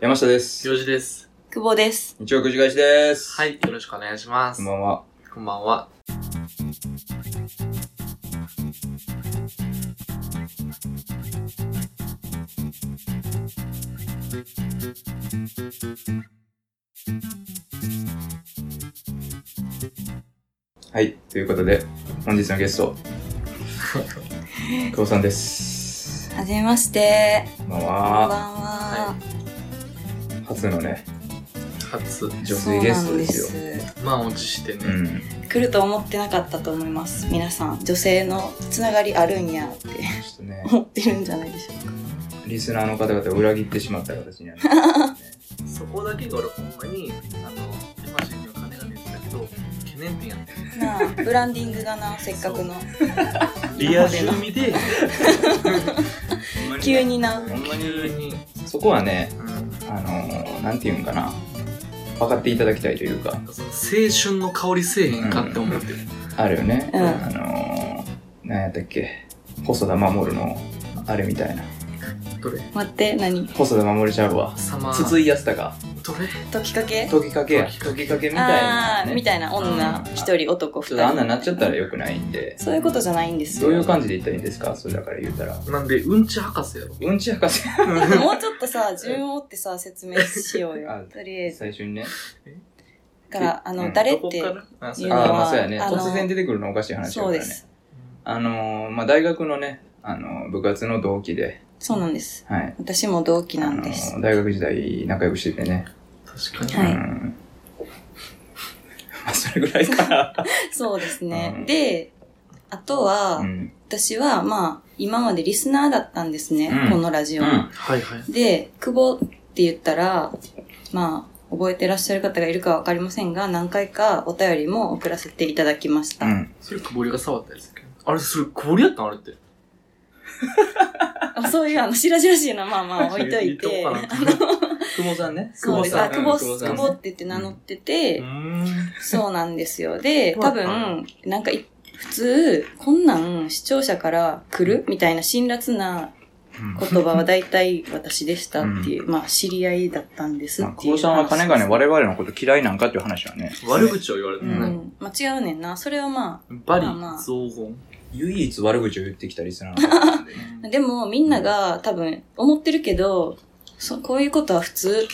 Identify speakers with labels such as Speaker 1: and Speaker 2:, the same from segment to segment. Speaker 1: 山下です。
Speaker 2: 行事です。
Speaker 3: 久保です。
Speaker 1: 日曜くじ返しです。
Speaker 2: は。い、よろしくお願いします。
Speaker 1: こんばんは。
Speaker 2: こんばんは。
Speaker 1: はい。ということで、本日のゲスト、久保さんです。
Speaker 3: はじめまして。
Speaker 1: こんばん
Speaker 3: こんばん
Speaker 1: は。
Speaker 3: は。
Speaker 1: 初のね、
Speaker 2: 初。
Speaker 1: 女
Speaker 3: そう
Speaker 1: 性ゲ
Speaker 3: な
Speaker 1: スト
Speaker 3: ん
Speaker 1: で
Speaker 3: です
Speaker 1: よ。
Speaker 3: す。
Speaker 2: 満を持してね。
Speaker 1: うん。
Speaker 3: 来ると思ってなかったと思います。皆さん、女性のつながりあるんやって
Speaker 1: ちょっとね、
Speaker 3: 思ってるんじゃないでしょうか。
Speaker 1: リスナーの方々を裏切ってしまった形になる。
Speaker 2: そこだけが俺ほんまに、あの、エマシンには金が出てたけど、懸念点やって
Speaker 3: なあ、ブランディングがな、せっかくの。
Speaker 2: リアル味 で、
Speaker 3: 急にな。
Speaker 1: ほんま
Speaker 2: 急
Speaker 1: に、
Speaker 2: に、
Speaker 1: そこはね、
Speaker 2: うん、
Speaker 1: あのー、なんていうんかな。分かっていただきたいというか、
Speaker 2: その青春の香りせえへんかって思ってる。
Speaker 1: あるよね。
Speaker 3: うん
Speaker 1: あのー、なんやったっけ。細田守の、あれみたいな。
Speaker 2: どれ
Speaker 3: 待って、何
Speaker 1: 細田守ちゃうわ。
Speaker 2: 様、
Speaker 1: 筒井康隆。
Speaker 2: どれ
Speaker 3: 解きかけ
Speaker 1: 解きかけや。
Speaker 2: 解
Speaker 1: 解
Speaker 2: き
Speaker 1: きかけみたい
Speaker 3: あ
Speaker 1: な、
Speaker 3: あー、
Speaker 1: ね。
Speaker 3: みたいな
Speaker 2: う
Speaker 3: 女
Speaker 2: ん、
Speaker 3: 一人男
Speaker 1: ちょ
Speaker 3: 二
Speaker 1: っとあん
Speaker 3: 人。
Speaker 1: なになっちゃったらよくないんで。
Speaker 3: そういうことじゃないんです
Speaker 1: ど
Speaker 3: よ。
Speaker 1: うい
Speaker 3: も
Speaker 1: う
Speaker 3: う
Speaker 1: 感じで言ったらいいんですかそれだから言うたら。
Speaker 2: なんで、うんち博士やろ。
Speaker 1: うんち博士。
Speaker 3: ちょっとさ、順を追ってさ、説明しよう
Speaker 1: あ
Speaker 3: よ。とりあえず。
Speaker 1: 最初にね。
Speaker 3: だから、あ
Speaker 1: う
Speaker 3: の、
Speaker 1: ん
Speaker 3: 誰っ
Speaker 2: どこ
Speaker 3: て
Speaker 2: か、らあ、そ
Speaker 3: いううの
Speaker 1: ああ、
Speaker 3: は
Speaker 1: まあそうやね。
Speaker 3: あの
Speaker 1: 突然出てくるのおかしい話やか
Speaker 3: そう
Speaker 1: らね。
Speaker 3: です。
Speaker 1: あのー、まあ大学のね、あのー、部活の同期で、
Speaker 3: そうなんです。
Speaker 1: はい。
Speaker 3: 私も同期
Speaker 1: あ
Speaker 3: なん
Speaker 1: の
Speaker 3: です。
Speaker 1: ー、大学時代仲良くしててね。
Speaker 2: 確かに。
Speaker 3: はい
Speaker 1: うん。まあそれぐらいかな。
Speaker 3: そうですね。
Speaker 1: うん
Speaker 3: で、あとは、
Speaker 1: うん。
Speaker 3: 私は、まあ、今までリスナーだったんですね、
Speaker 1: うん
Speaker 3: このラジ
Speaker 1: う
Speaker 3: オの、
Speaker 1: ん。
Speaker 2: はいはい。
Speaker 3: で、久保って言ったら、まあ、覚えてらっしゃる方がいるかわかりませんが、何回かお便りも送らせていただきました。
Speaker 1: うん。
Speaker 2: それ、くぼりが触ったやつやけどあれ、それ、くぼりやったんあれって。
Speaker 3: あそういう、あの、しらじらしいのはまあまあ置いとい
Speaker 2: 言っ、
Speaker 3: て
Speaker 2: とこうかな
Speaker 1: 久保さんね。
Speaker 3: そうです。あ、
Speaker 1: 久
Speaker 3: 久
Speaker 1: 保
Speaker 3: 保、
Speaker 1: さんうん
Speaker 3: 久保って言って名乗ってて、
Speaker 2: うーん。
Speaker 3: そうなんですよ。で、
Speaker 2: はい
Speaker 3: 多分、なんかい、普通、こんなん視聴者から来るみたいな辛辣な
Speaker 1: うん
Speaker 3: 言葉は大体私でしたっていう、まあ知り合いだったんですっ
Speaker 1: まあ、
Speaker 3: てい
Speaker 1: 久
Speaker 3: う
Speaker 1: 保
Speaker 3: 話。
Speaker 1: さんは金がね、我々のこと嫌いなんかっていう話はね、
Speaker 2: 悪口を言われて
Speaker 3: う
Speaker 2: るね。
Speaker 3: ん。まあ違うねんな。それはま
Speaker 2: バリ
Speaker 3: まあまあ、
Speaker 2: 造本。
Speaker 1: 唯一悪口を言ってきたリスナー なんで、ね、
Speaker 3: あ、でもみんなが多分思ってるけど、そこういうことは普通、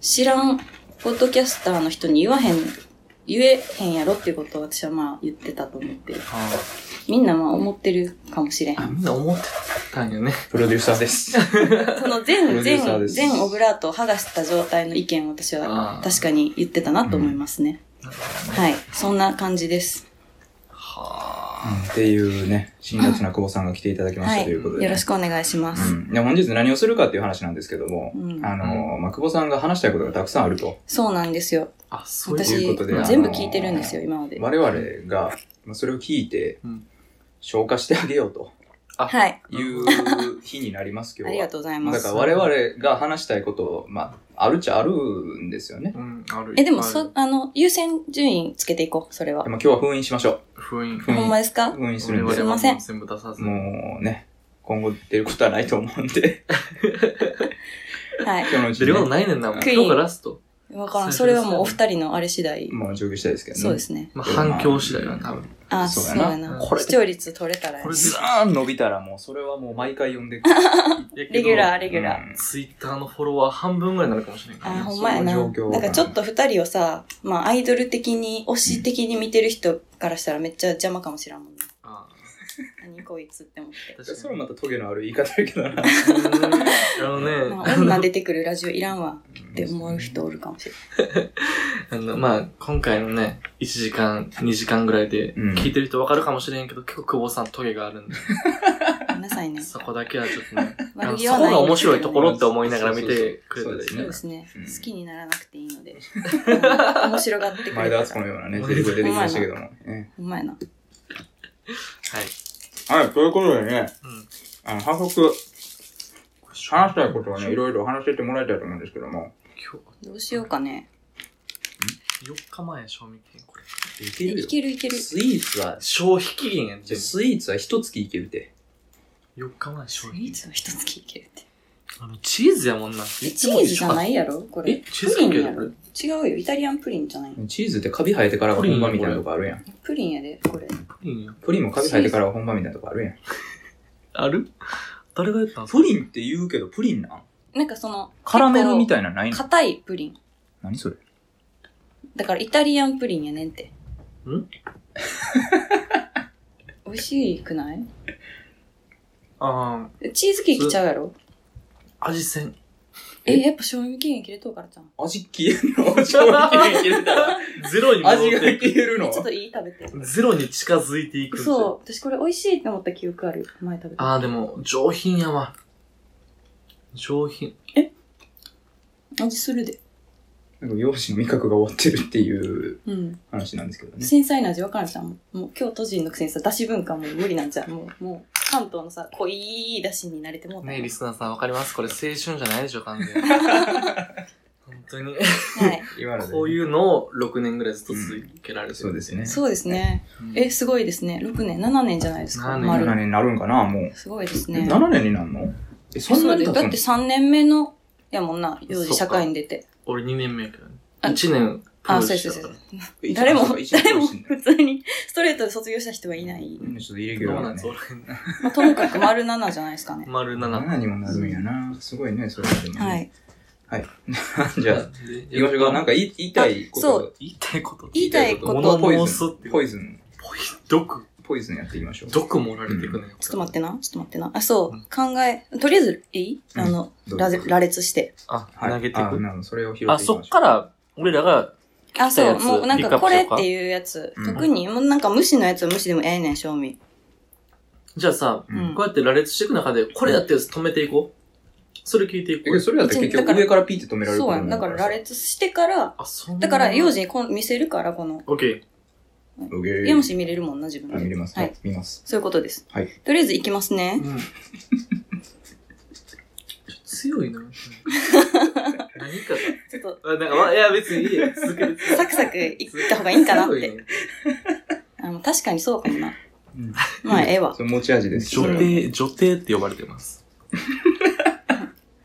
Speaker 3: 知らんポッドキャスターの人に言わへん、言えへんやろっていうことを私はまあ言ってたと思ってる。
Speaker 2: は
Speaker 3: みんなまあ思ってるかもしれん
Speaker 2: あ、。 みんな思ってたんよね。
Speaker 1: プロデューサーです。
Speaker 3: その
Speaker 1: プロ
Speaker 3: 全、
Speaker 1: デューサーで
Speaker 3: 全、
Speaker 1: す
Speaker 3: 全オブラートを剥がした状態の意見を私は
Speaker 2: あー
Speaker 3: 確かに言ってたなと思いますね。はい。そんな感じです。
Speaker 2: は
Speaker 1: っていうね、辛辣な久保さんが来ていただきまし
Speaker 3: は
Speaker 1: た
Speaker 3: い。
Speaker 1: ということで、
Speaker 3: よろしくお願いしま
Speaker 1: う
Speaker 3: す。
Speaker 1: んで本日何をするかっていう話なんですけども、
Speaker 3: うん
Speaker 1: あのー、まあ、久保さんが話したいことがたくさんあると。
Speaker 3: そうなんですよ。
Speaker 2: あ。あ、そういう。
Speaker 1: いう
Speaker 3: 私
Speaker 1: ことであの、ー
Speaker 3: 全部聞いてるんですよ、今まで。
Speaker 1: 我々が、まあ、それを聞いて
Speaker 2: うん、
Speaker 1: 消化してあげようと
Speaker 3: はい。
Speaker 1: いう日になります、今
Speaker 3: あ
Speaker 1: 日
Speaker 3: り
Speaker 1: は
Speaker 3: が。とうござい
Speaker 1: まあ
Speaker 3: ま
Speaker 1: だ
Speaker 3: す
Speaker 1: から。我々が話したいこと、まあ、あるっちゃあるんですよね。
Speaker 2: うん、ある。
Speaker 3: え、でも、
Speaker 2: ある
Speaker 3: そ、、あの、優先順位つけていこう、それは
Speaker 1: まあ。今日は封印しましょ
Speaker 2: 封印。
Speaker 1: う
Speaker 3: ほんまです
Speaker 1: う。
Speaker 3: か
Speaker 1: 封印す
Speaker 2: 我
Speaker 1: るん
Speaker 2: 々
Speaker 1: で
Speaker 2: は
Speaker 3: すいません
Speaker 2: もう全部出さず。
Speaker 1: もうね、今後出ることはないと思うんで、
Speaker 3: は
Speaker 1: 今日のうち
Speaker 2: 出ること
Speaker 1: に、ね、
Speaker 2: ないねんな、もう
Speaker 3: クイーン
Speaker 2: 今日がラスト。
Speaker 3: い。わからん。そ
Speaker 2: 最初ですよね
Speaker 3: れはもうお二人のあれ次第。
Speaker 1: もう上下したいですけどね。
Speaker 3: そうですね。
Speaker 2: まあ、反響次第だな、多分。
Speaker 3: あ、
Speaker 1: そ
Speaker 3: そうう
Speaker 1: や
Speaker 3: や
Speaker 1: な
Speaker 3: な。
Speaker 2: これ
Speaker 3: 視聴率取れたらや
Speaker 2: これ
Speaker 1: ずーん伸びたらもう、それはもう毎回呼んでくる。
Speaker 3: レギュラー、
Speaker 2: ー。
Speaker 3: レギュラー。
Speaker 2: ツイッターのフォロワー半分ぐらいになるかもしれんから
Speaker 3: あ
Speaker 2: ね。
Speaker 3: ーほんまやな。
Speaker 1: そ
Speaker 3: な
Speaker 1: うい
Speaker 3: ん
Speaker 1: う状況
Speaker 3: かちょっと二人をさ、まあアイドル的に、推し的に見てる人からしたらめっちゃ邪魔かもしらんもんね。
Speaker 2: あ
Speaker 3: 何こいつって思って。
Speaker 2: ー
Speaker 1: うん
Speaker 2: 確
Speaker 1: そ
Speaker 2: か
Speaker 1: れ
Speaker 2: に。
Speaker 1: またトゲのある言い方やけどな。
Speaker 2: うん あの
Speaker 3: なん
Speaker 2: ね、
Speaker 3: か女出てくるラジオいらんわって思う人おるかもしれない。
Speaker 2: あの、まあ、今回のね、1時間、2時間ぐらいで、
Speaker 1: うん
Speaker 2: 聞いてる人わかるかもしれんけど、結構久保さんトゲがあるんで。
Speaker 3: ごめんなさいね。
Speaker 2: そこだけはちょっとね、 あの
Speaker 3: 悪
Speaker 2: そ
Speaker 3: 気は
Speaker 2: こ
Speaker 3: ない
Speaker 2: が面白いところって思いながら見てくれたら
Speaker 1: そう
Speaker 2: いい
Speaker 1: そ
Speaker 3: そうう
Speaker 2: ね
Speaker 1: そ
Speaker 3: で。すね。
Speaker 1: うん
Speaker 3: 好きにならなくていいので。うん面白がってくれた
Speaker 1: 前
Speaker 3: ら
Speaker 1: 田敦子のようなね、セリフ出てきましたけども。ね
Speaker 3: ほんまやな。
Speaker 2: はい。
Speaker 1: はい、ということでね、
Speaker 2: うん
Speaker 1: あの、早速、話したいことをね、いろいろ話してってもらいたいと思うんですけども。
Speaker 2: 今
Speaker 3: どうしようかね。
Speaker 2: 日、4日前、賞味期限、これ。
Speaker 1: い
Speaker 3: えいけるいける。
Speaker 1: スイーツは、
Speaker 2: 消費期限やん、
Speaker 1: じ
Speaker 2: じ
Speaker 1: ゃあスイーツは一月いけるて。
Speaker 2: 4日前、消
Speaker 3: ス
Speaker 2: 費
Speaker 3: イ
Speaker 2: 期
Speaker 3: ー
Speaker 2: 限。
Speaker 3: ツは一月いけるって。
Speaker 2: あのチーズやもんな。
Speaker 3: えチーズじゃないいやろこ
Speaker 2: え
Speaker 3: れ。、
Speaker 2: チー
Speaker 3: プ
Speaker 2: ズケー
Speaker 3: リン
Speaker 2: キ
Speaker 3: や
Speaker 2: やろ
Speaker 3: ろ違うよ。イタリアンプリンじゃない。
Speaker 1: チーズってカビ生えてからが本場みたいなとこあるやん。
Speaker 3: プリンやで、これ。
Speaker 2: プリンや。
Speaker 1: プリンもカビ生えてからが本場みたいなとこあるやん。
Speaker 2: ある誰が言ったん
Speaker 1: プリンって言うけど、プリンなん
Speaker 3: なんかその、
Speaker 1: カラメルみ
Speaker 3: い。
Speaker 1: たいなのないの
Speaker 3: 硬いプリン。
Speaker 1: 何それ
Speaker 3: だからイタリアンプリンやねんって。
Speaker 2: ん
Speaker 3: 美味しくない
Speaker 2: あ
Speaker 3: チーズケーキちゃうやろ
Speaker 2: あ、味せん。
Speaker 3: え、やっぱ賞味期限切れとうからじゃん。
Speaker 1: 味 消えるの賞味期限切れたら。
Speaker 2: ゼロに戻
Speaker 1: 味が
Speaker 2: って
Speaker 1: 消
Speaker 2: いく。
Speaker 1: え るの
Speaker 3: ちょっといい食べて。
Speaker 2: ゼロに近づいていくんですよ。
Speaker 3: そう。私これ美味しいって思った記憶ある。前食べた。
Speaker 2: ああ、でも、上品やわ。上品。
Speaker 3: 味するで。
Speaker 1: なんか、容姿の味覚が終わってるっていう
Speaker 3: うん。
Speaker 1: 話なんですけどね。
Speaker 3: 繊細な味わからんじゃん。もう京都人のくせにさ、だし文化もう無理なんじゃん。もう、もう、関東のさ、濃いだしに慣れてもうたん
Speaker 2: ね
Speaker 3: や
Speaker 2: え、リスナーさんわかりますこれ青春じゃないでしょ、完全に。本当に。
Speaker 3: はい。
Speaker 1: 今ので
Speaker 2: こういうのを6年ぐらいずっと続けられてる、
Speaker 1: そうですね。
Speaker 3: そうですね。
Speaker 2: うん
Speaker 3: え、すごいですね。6年、7年じゃないですか。
Speaker 2: 7
Speaker 1: 7
Speaker 2: 年
Speaker 3: 丸。
Speaker 1: 年になるんかな、もう。
Speaker 3: すごいです
Speaker 1: え
Speaker 3: ね。
Speaker 1: 7年になるのえ、そん
Speaker 3: そ
Speaker 1: な
Speaker 3: う
Speaker 1: に
Speaker 3: で
Speaker 1: 経
Speaker 3: だ
Speaker 1: つ
Speaker 3: っ
Speaker 1: の
Speaker 3: て3年目の、やもんな、幼
Speaker 2: そ
Speaker 3: 児
Speaker 2: っか
Speaker 3: 社会に出て。
Speaker 2: 俺2年目やけどね。
Speaker 3: あ
Speaker 2: 1年プロ
Speaker 3: あ、
Speaker 2: デュ
Speaker 3: そ
Speaker 2: ー
Speaker 3: う
Speaker 2: ス
Speaker 3: そう
Speaker 2: した
Speaker 3: そう
Speaker 2: か。
Speaker 3: 誰も、
Speaker 1: 一年
Speaker 3: 誰も
Speaker 1: 一年
Speaker 3: 普通にストレートで卒業した人はいない。
Speaker 1: うんちょっとイレギ
Speaker 2: ら。
Speaker 1: ュ
Speaker 2: ど
Speaker 1: ラーだ
Speaker 2: うなん
Speaker 1: ね
Speaker 2: です。俺、
Speaker 3: まあ、ともかく丸7じゃないですかね。
Speaker 2: 丸7。
Speaker 1: 7にもなるんやな。すごいね、それでもね。
Speaker 3: はい。
Speaker 1: はい。じゃあ、
Speaker 2: で、
Speaker 1: 行きましょうか。なんか言い言いたいこ
Speaker 3: あ
Speaker 1: と
Speaker 3: そ
Speaker 1: が、
Speaker 2: 言いたいこと。
Speaker 3: 言いたいこと
Speaker 2: 物
Speaker 1: ポイ
Speaker 2: 申す
Speaker 1: ズ
Speaker 2: って
Speaker 1: ン。。ポイズン。
Speaker 2: 毒。
Speaker 1: ポイズンやっていきましょう。
Speaker 2: 毒盛られていくね。。
Speaker 3: ちょっと待っててな。ちょっと待ってな。あ、そう
Speaker 2: うん。
Speaker 3: 考え、とりあえずいい、
Speaker 1: うん
Speaker 3: あの、
Speaker 1: どうぞ
Speaker 3: 羅羅列して。
Speaker 2: あ、
Speaker 1: はい。
Speaker 2: 投げてい
Speaker 1: あ
Speaker 2: く。
Speaker 1: なるほどそれを拾っていき
Speaker 2: あ、
Speaker 1: ましょう。
Speaker 2: そっから、俺らが、
Speaker 3: あ、
Speaker 2: た
Speaker 3: そ
Speaker 2: や
Speaker 3: う。
Speaker 2: つ
Speaker 3: もうなん
Speaker 2: ピックア
Speaker 3: か
Speaker 2: ップ
Speaker 3: こ
Speaker 2: し
Speaker 3: れ
Speaker 2: よう
Speaker 3: っ
Speaker 2: か
Speaker 3: ていうやつ。
Speaker 1: うん
Speaker 3: 特に、もうなんか無視のやつは無視でもええねん、正味。
Speaker 2: じゃあさ、
Speaker 1: うん
Speaker 3: うん
Speaker 2: こうやって羅列していく中で、これやってやつ止めていこう。それ聞いてい
Speaker 1: え
Speaker 2: こ
Speaker 1: けど
Speaker 2: う。
Speaker 1: それだったら結
Speaker 3: だか
Speaker 1: 局
Speaker 3: ら
Speaker 1: 上からピーって止められる
Speaker 3: そう
Speaker 1: こと
Speaker 3: やん。
Speaker 1: に
Speaker 3: だ
Speaker 1: な
Speaker 3: から
Speaker 1: る
Speaker 3: 羅
Speaker 1: さ。
Speaker 3: 列してから、
Speaker 2: あ、そんな
Speaker 3: だから幼児にこう見せるから、この、
Speaker 2: オッケー。
Speaker 1: うげー
Speaker 3: 読むし見れるもんな、自分
Speaker 1: あ見れ
Speaker 3: で。
Speaker 1: ます。
Speaker 3: は
Speaker 1: はいい。見ます。
Speaker 3: そういうことです。
Speaker 1: はい。
Speaker 3: とりあえず行きます ね。
Speaker 2: うん。強いな。 何か
Speaker 3: ちょっと、
Speaker 2: が。あ、なんかわ、いや、別にいいよ。続けて。
Speaker 3: サクサク行った方がいいん かなっ
Speaker 2: 強
Speaker 3: て。
Speaker 2: いね。
Speaker 3: あの確かにそうかもな。
Speaker 1: うん
Speaker 3: まあ、ええわ。
Speaker 1: それ持ち味です。
Speaker 2: 女
Speaker 1: それは
Speaker 2: 帝、女帝って呼ばれてます。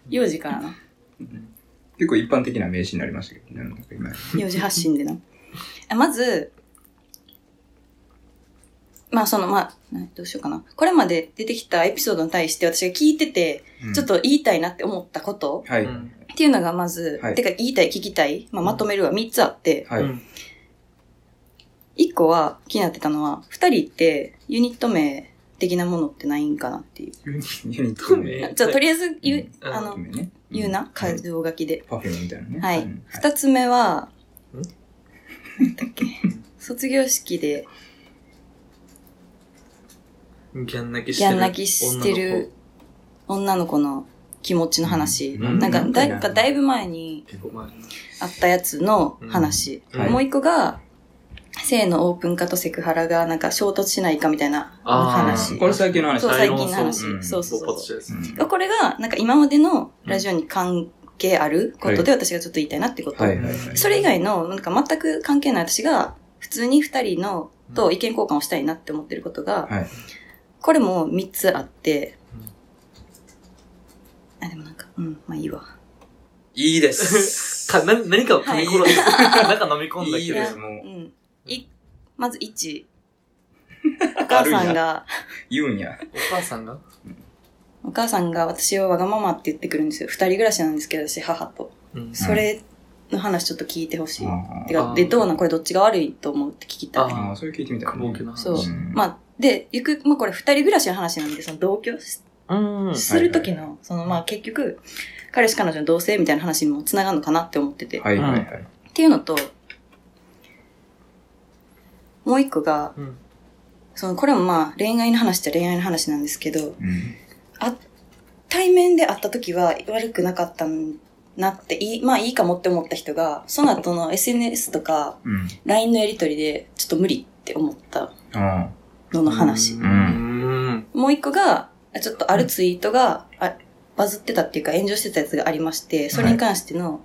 Speaker 3: 幼児からな。
Speaker 1: 結構一般的な名詞になりましたけどね。なんか今
Speaker 3: 幼児発信でな。あまず、まあその、まあ、などうしようかな。これまで出てきたエピソードに対して私が聞いてて、
Speaker 1: うん
Speaker 3: ちょっと言いたいなって思ったこと
Speaker 1: はい。
Speaker 2: う
Speaker 1: は
Speaker 2: ん
Speaker 3: っていうのがまず、
Speaker 1: はい
Speaker 3: てか言いたい、聞きたい、まあ、まとめるは3つあって、
Speaker 2: う
Speaker 1: い。
Speaker 2: ん
Speaker 3: 1個は気になってたのは、2人ってユニット名的なものってないんかなっていう。
Speaker 2: ユニ
Speaker 1: ユニット名。
Speaker 2: ユニット名
Speaker 3: じゃあとりあえず言う、
Speaker 2: うん
Speaker 3: あ
Speaker 1: ユニ、
Speaker 3: の
Speaker 1: ット名ね
Speaker 3: 言うな、
Speaker 1: は
Speaker 3: 改
Speaker 1: い
Speaker 3: 造書きで。
Speaker 1: パフェみたいなね。
Speaker 3: はい
Speaker 1: うん
Speaker 3: 2つ目は、
Speaker 2: ん
Speaker 3: なんだっけ、卒業式で
Speaker 2: ギャン泣きして
Speaker 3: ギ
Speaker 2: る。
Speaker 3: ャン泣きしてる女の子の気持ちの話。
Speaker 1: うん
Speaker 3: なんか
Speaker 1: うん
Speaker 3: だい、なんかだいぶ前に
Speaker 2: 女の子。結構前。
Speaker 3: あったやつの話。
Speaker 2: うんはい
Speaker 3: もう一個が、性のオープン化とセクハラがなんか衝突しないかみたいな
Speaker 2: あー
Speaker 3: 話。
Speaker 1: これ最近の話
Speaker 3: そう、
Speaker 2: アイ
Speaker 3: 最
Speaker 2: ロン
Speaker 3: 近の話。
Speaker 1: うん
Speaker 3: そうそう
Speaker 2: 勃発した
Speaker 3: そう。
Speaker 2: やつ。
Speaker 1: うん
Speaker 3: これが、なんか今までのラジオに関係あることで私がちょっと言いたいなってこと。
Speaker 1: はいはいはい。
Speaker 3: それ以外の、なんか全く関係ない私が、普通に二人の、と意見交換をしたいなって思ってることが、
Speaker 1: はい。
Speaker 3: これも3つあって
Speaker 2: うん、
Speaker 3: あ、でもなんか、うん、まあいいわ。
Speaker 1: いいです。
Speaker 2: かな何かを噛み殺す。 なんか飲み込んだ
Speaker 1: いい
Speaker 2: け
Speaker 1: で
Speaker 2: ど。
Speaker 1: す。もう
Speaker 3: う。ん。い、まず1。お母
Speaker 1: あ
Speaker 3: さ
Speaker 1: る
Speaker 3: ん
Speaker 1: んや
Speaker 3: が、
Speaker 1: 言うんや。
Speaker 2: お母さんが
Speaker 3: お母さんが私をわがままって言ってくるんですよ。二人暮らしなんですけど、私、母と。
Speaker 2: うん
Speaker 3: それの話ちょっと聞いてほしい。て
Speaker 2: あ
Speaker 3: か、
Speaker 2: ー
Speaker 3: で、どうなんこれどっちが悪いと思うって聞きたい。
Speaker 1: ああ、それ聞いてみたい
Speaker 2: くぼけな話。
Speaker 3: そうんまあ、で、ゆく、まあこれ二人暮らしの話なんで、その同居し
Speaker 2: うん。
Speaker 3: する時の、そのまあ結局、彼氏彼女の同棲みたいな話にも繋がるのかなって思ってて。
Speaker 1: はいはいはい。
Speaker 3: っていうのと、もう一個が、
Speaker 2: うん
Speaker 3: その、これもまあ、恋愛の話っちゃ恋愛の話なんですけど、
Speaker 1: うん
Speaker 3: 対面で会った時は悪くなかったなって、いい、まあいいかもって思った人が、その後の SNS とか
Speaker 1: うん。
Speaker 3: LINE のやりとりで、ちょっと無理って思った
Speaker 1: あ
Speaker 3: のの話。
Speaker 2: う。
Speaker 1: うん
Speaker 3: もう一個が、あちょっとあるツイートが、あバズってたっていうか炎上してたやつがありまして、それに関しての、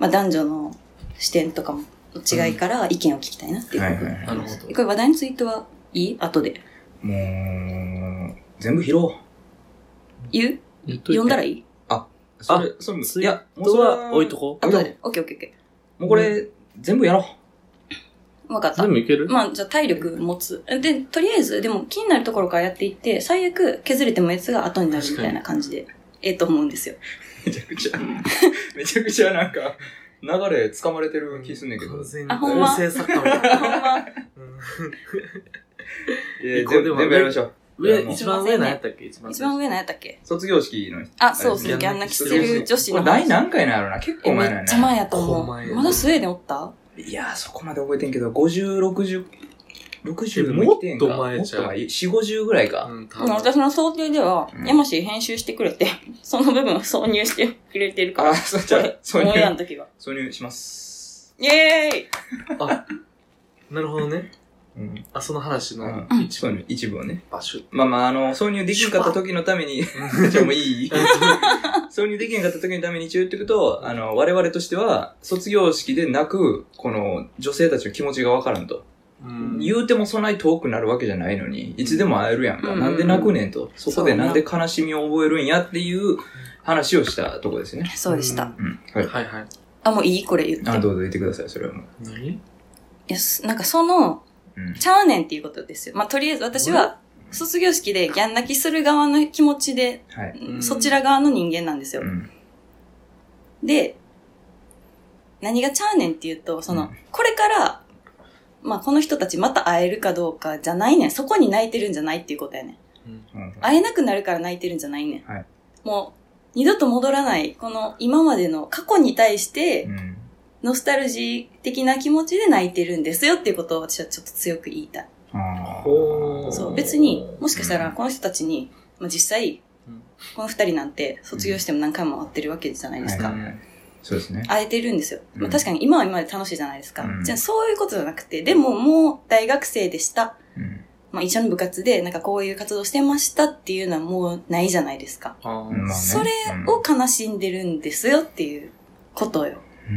Speaker 3: まあ男女の視点とかも、の違いから意見を聞きたいなって
Speaker 1: あ。
Speaker 3: いう
Speaker 1: は
Speaker 3: こ
Speaker 1: い
Speaker 3: と
Speaker 1: はい
Speaker 2: な
Speaker 1: は
Speaker 2: るほど
Speaker 3: こ。れ話題のツイートはいい後で。
Speaker 1: い。もう、全部拾おう。
Speaker 3: 言う
Speaker 2: 読
Speaker 3: 読んだら
Speaker 2: いい
Speaker 3: いい
Speaker 1: あ、それ、それも、
Speaker 4: ツ
Speaker 1: い
Speaker 4: イー
Speaker 1: や、もう
Speaker 4: ト
Speaker 1: それ
Speaker 4: は置いとこ
Speaker 3: あとで。オッケーオッケーオッケ
Speaker 1: もうこれ、全部やろう。
Speaker 3: ー。わかっ
Speaker 4: う。
Speaker 3: た
Speaker 4: で。もいける
Speaker 3: まあ、じゃあ体力持つ。で、とりあえず、でも気になるところからやっていって、最悪削れてもやつが後になるみたいな感じで、ええと思うんですよ。
Speaker 1: めちゃくちゃ、めちゃくちゃなんか、流れ掴まれてる気すんねんけど。
Speaker 2: 完
Speaker 1: い
Speaker 2: 全に
Speaker 3: あほんま
Speaker 2: 構成作家みたい
Speaker 3: ほん
Speaker 2: な。
Speaker 3: ま。
Speaker 2: うん
Speaker 1: や
Speaker 2: これでも
Speaker 1: 全部やりましょう。いや
Speaker 4: 上、
Speaker 1: もう
Speaker 4: 一番上何やったっけ一番
Speaker 3: 一番
Speaker 4: 上。
Speaker 3: 上何やったっけ
Speaker 1: 卒業式の。
Speaker 3: あ、そう
Speaker 1: ギ
Speaker 3: そう、
Speaker 1: ャン
Speaker 3: ギャン
Speaker 2: 泣
Speaker 3: 泣
Speaker 2: き
Speaker 3: き
Speaker 2: す
Speaker 3: し
Speaker 2: る
Speaker 3: てる女子
Speaker 1: こ
Speaker 3: の
Speaker 1: れ
Speaker 3: 話。
Speaker 1: 第何回なんやろな結構
Speaker 3: えめ
Speaker 1: 前だよ
Speaker 3: っ
Speaker 1: ね
Speaker 3: ちゃ。前やと
Speaker 2: ほん
Speaker 3: 思
Speaker 2: まや
Speaker 3: う。まだスウェーデンおった
Speaker 1: いやー、そこまで覚えてんけど、50、60、60
Speaker 2: え
Speaker 1: も来てんか。
Speaker 2: もっと前じゃん
Speaker 1: もっと前4、50ぐらいか。
Speaker 2: うん、多
Speaker 3: うん私の想定では
Speaker 1: う、ん
Speaker 3: ヤマシー編集してくれて、 その部分を挿入してくれてるから。
Speaker 1: あそうじゃあ
Speaker 3: これ
Speaker 1: 挿入
Speaker 3: オンエアの時は。
Speaker 1: 挿入します。
Speaker 3: イェーイ
Speaker 2: なるほどね。
Speaker 1: うん。
Speaker 2: あ、その話
Speaker 1: う
Speaker 2: の
Speaker 1: ん
Speaker 2: 一
Speaker 1: 挿
Speaker 2: 番
Speaker 1: 入一部をね。
Speaker 2: 場所。
Speaker 1: まあまあ、あの、挿入できんかった時のために、 じゃあもう いい挿入できんかった時のために一応言っておくと、あの、我々としては、卒業式で泣く、この、女性たちの気持ちがわからんと。
Speaker 2: うん
Speaker 1: 言うてもそんなに遠くなるわけじゃないのに、いつでも会えるやんか。
Speaker 3: うん
Speaker 1: なんで泣くねんと。そこで
Speaker 3: そうや
Speaker 1: な
Speaker 3: なん
Speaker 1: で悲しみを覚えるんやっていう話をしたとこですね。
Speaker 3: そうでした。
Speaker 1: うん。はい。
Speaker 2: はいはい。
Speaker 3: あ、もういいこれ言って。
Speaker 1: あ、どうぞ言ってください、それはもう。
Speaker 2: 何
Speaker 3: いや、すなんかその、
Speaker 1: うん。
Speaker 3: ちゃうねんっていうことですよ。まあ、とりあえず私は、卒業式でギャン泣きする側の気持ちで、
Speaker 1: はい。
Speaker 2: うん
Speaker 3: そちら側の人間なんですよ
Speaker 1: う。ん。
Speaker 3: で、何がちゃうねんっていうと、そうの
Speaker 1: ん、
Speaker 3: これから、まあ、この人たちまた会えるかどうかじゃないねん。そこに泣いてるんじゃないっていうことやねん。
Speaker 1: うん
Speaker 3: 会えなくなるから泣いてるんじゃないねん。
Speaker 1: はい
Speaker 3: もう、二度と戻らない、この今までの過去に対して
Speaker 1: う、ん。
Speaker 3: ノスタルジー的な気持ちで泣いてるんですよっていうことを私はちょっと強く言いたい。
Speaker 1: あ
Speaker 2: ほー
Speaker 1: ー
Speaker 3: そう、別に、もしかしたらこの人たちに、まあ、実際
Speaker 2: うん、
Speaker 3: この二人なんて卒業しても何回も会ってるわけじゃないですか。
Speaker 1: はいはいはいそうですね。
Speaker 3: 会えてるんですよ。ま
Speaker 1: うん
Speaker 3: あ、確かに今は今で楽しいじゃないですか。
Speaker 1: うん
Speaker 3: じゃあそういうことじゃなくて、でももう大学生でした。
Speaker 1: うん。
Speaker 3: まあ、一緒の部活でなんかこういう活動してましたっていうのはもうないじゃないですか。
Speaker 2: あー
Speaker 1: うんまあね
Speaker 3: それを悲しんでるんですよっていうことよ。
Speaker 1: うん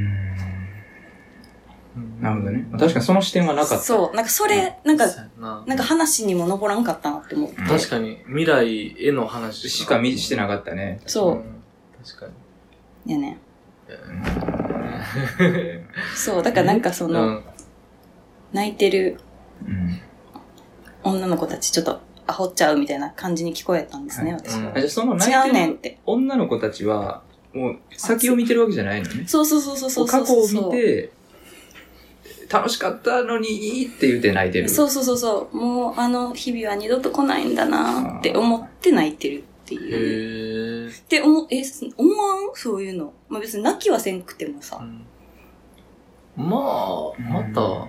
Speaker 2: うん
Speaker 1: なるほどね。確かにその視点はなかった。
Speaker 3: そう。なんかそれ、なんか、
Speaker 2: そうやな
Speaker 3: なんか話にも上らんかったなって思って。
Speaker 1: うん
Speaker 2: 確かに、未来への話
Speaker 1: しか見して
Speaker 2: い。
Speaker 1: なかったね。
Speaker 3: そ
Speaker 2: ん
Speaker 3: う。。
Speaker 2: 確 かに。
Speaker 3: いやね。
Speaker 1: うん
Speaker 3: そう。だからなんかその、
Speaker 2: ん。
Speaker 3: 泣いてる
Speaker 1: うん
Speaker 3: 女の子たちちょっと、アホっちゃうみたいな感じに聞こえたんですね、
Speaker 1: は
Speaker 3: 私
Speaker 2: うん
Speaker 3: は。
Speaker 1: あじゃあその泣
Speaker 3: 違う
Speaker 1: い
Speaker 3: ね
Speaker 1: て
Speaker 3: んっ
Speaker 1: る
Speaker 3: て。
Speaker 1: 女の子たちは、もう先を見てるわけじゃないのね。
Speaker 3: そうそうそうそうそう
Speaker 1: 過
Speaker 3: そう
Speaker 1: 去
Speaker 3: そう。
Speaker 1: を見て、楽しかったのにって言って泣いてる。
Speaker 3: そうそうそうそう。もう、あの日々は二度と来ないんだなって思って泣いてるって
Speaker 2: へ
Speaker 3: いう。
Speaker 2: ぇー。
Speaker 3: って思、え、す思わんそういうの。まあ、別に泣きはせんくても
Speaker 2: う
Speaker 3: さ。
Speaker 2: んまあ、
Speaker 1: うん
Speaker 2: また、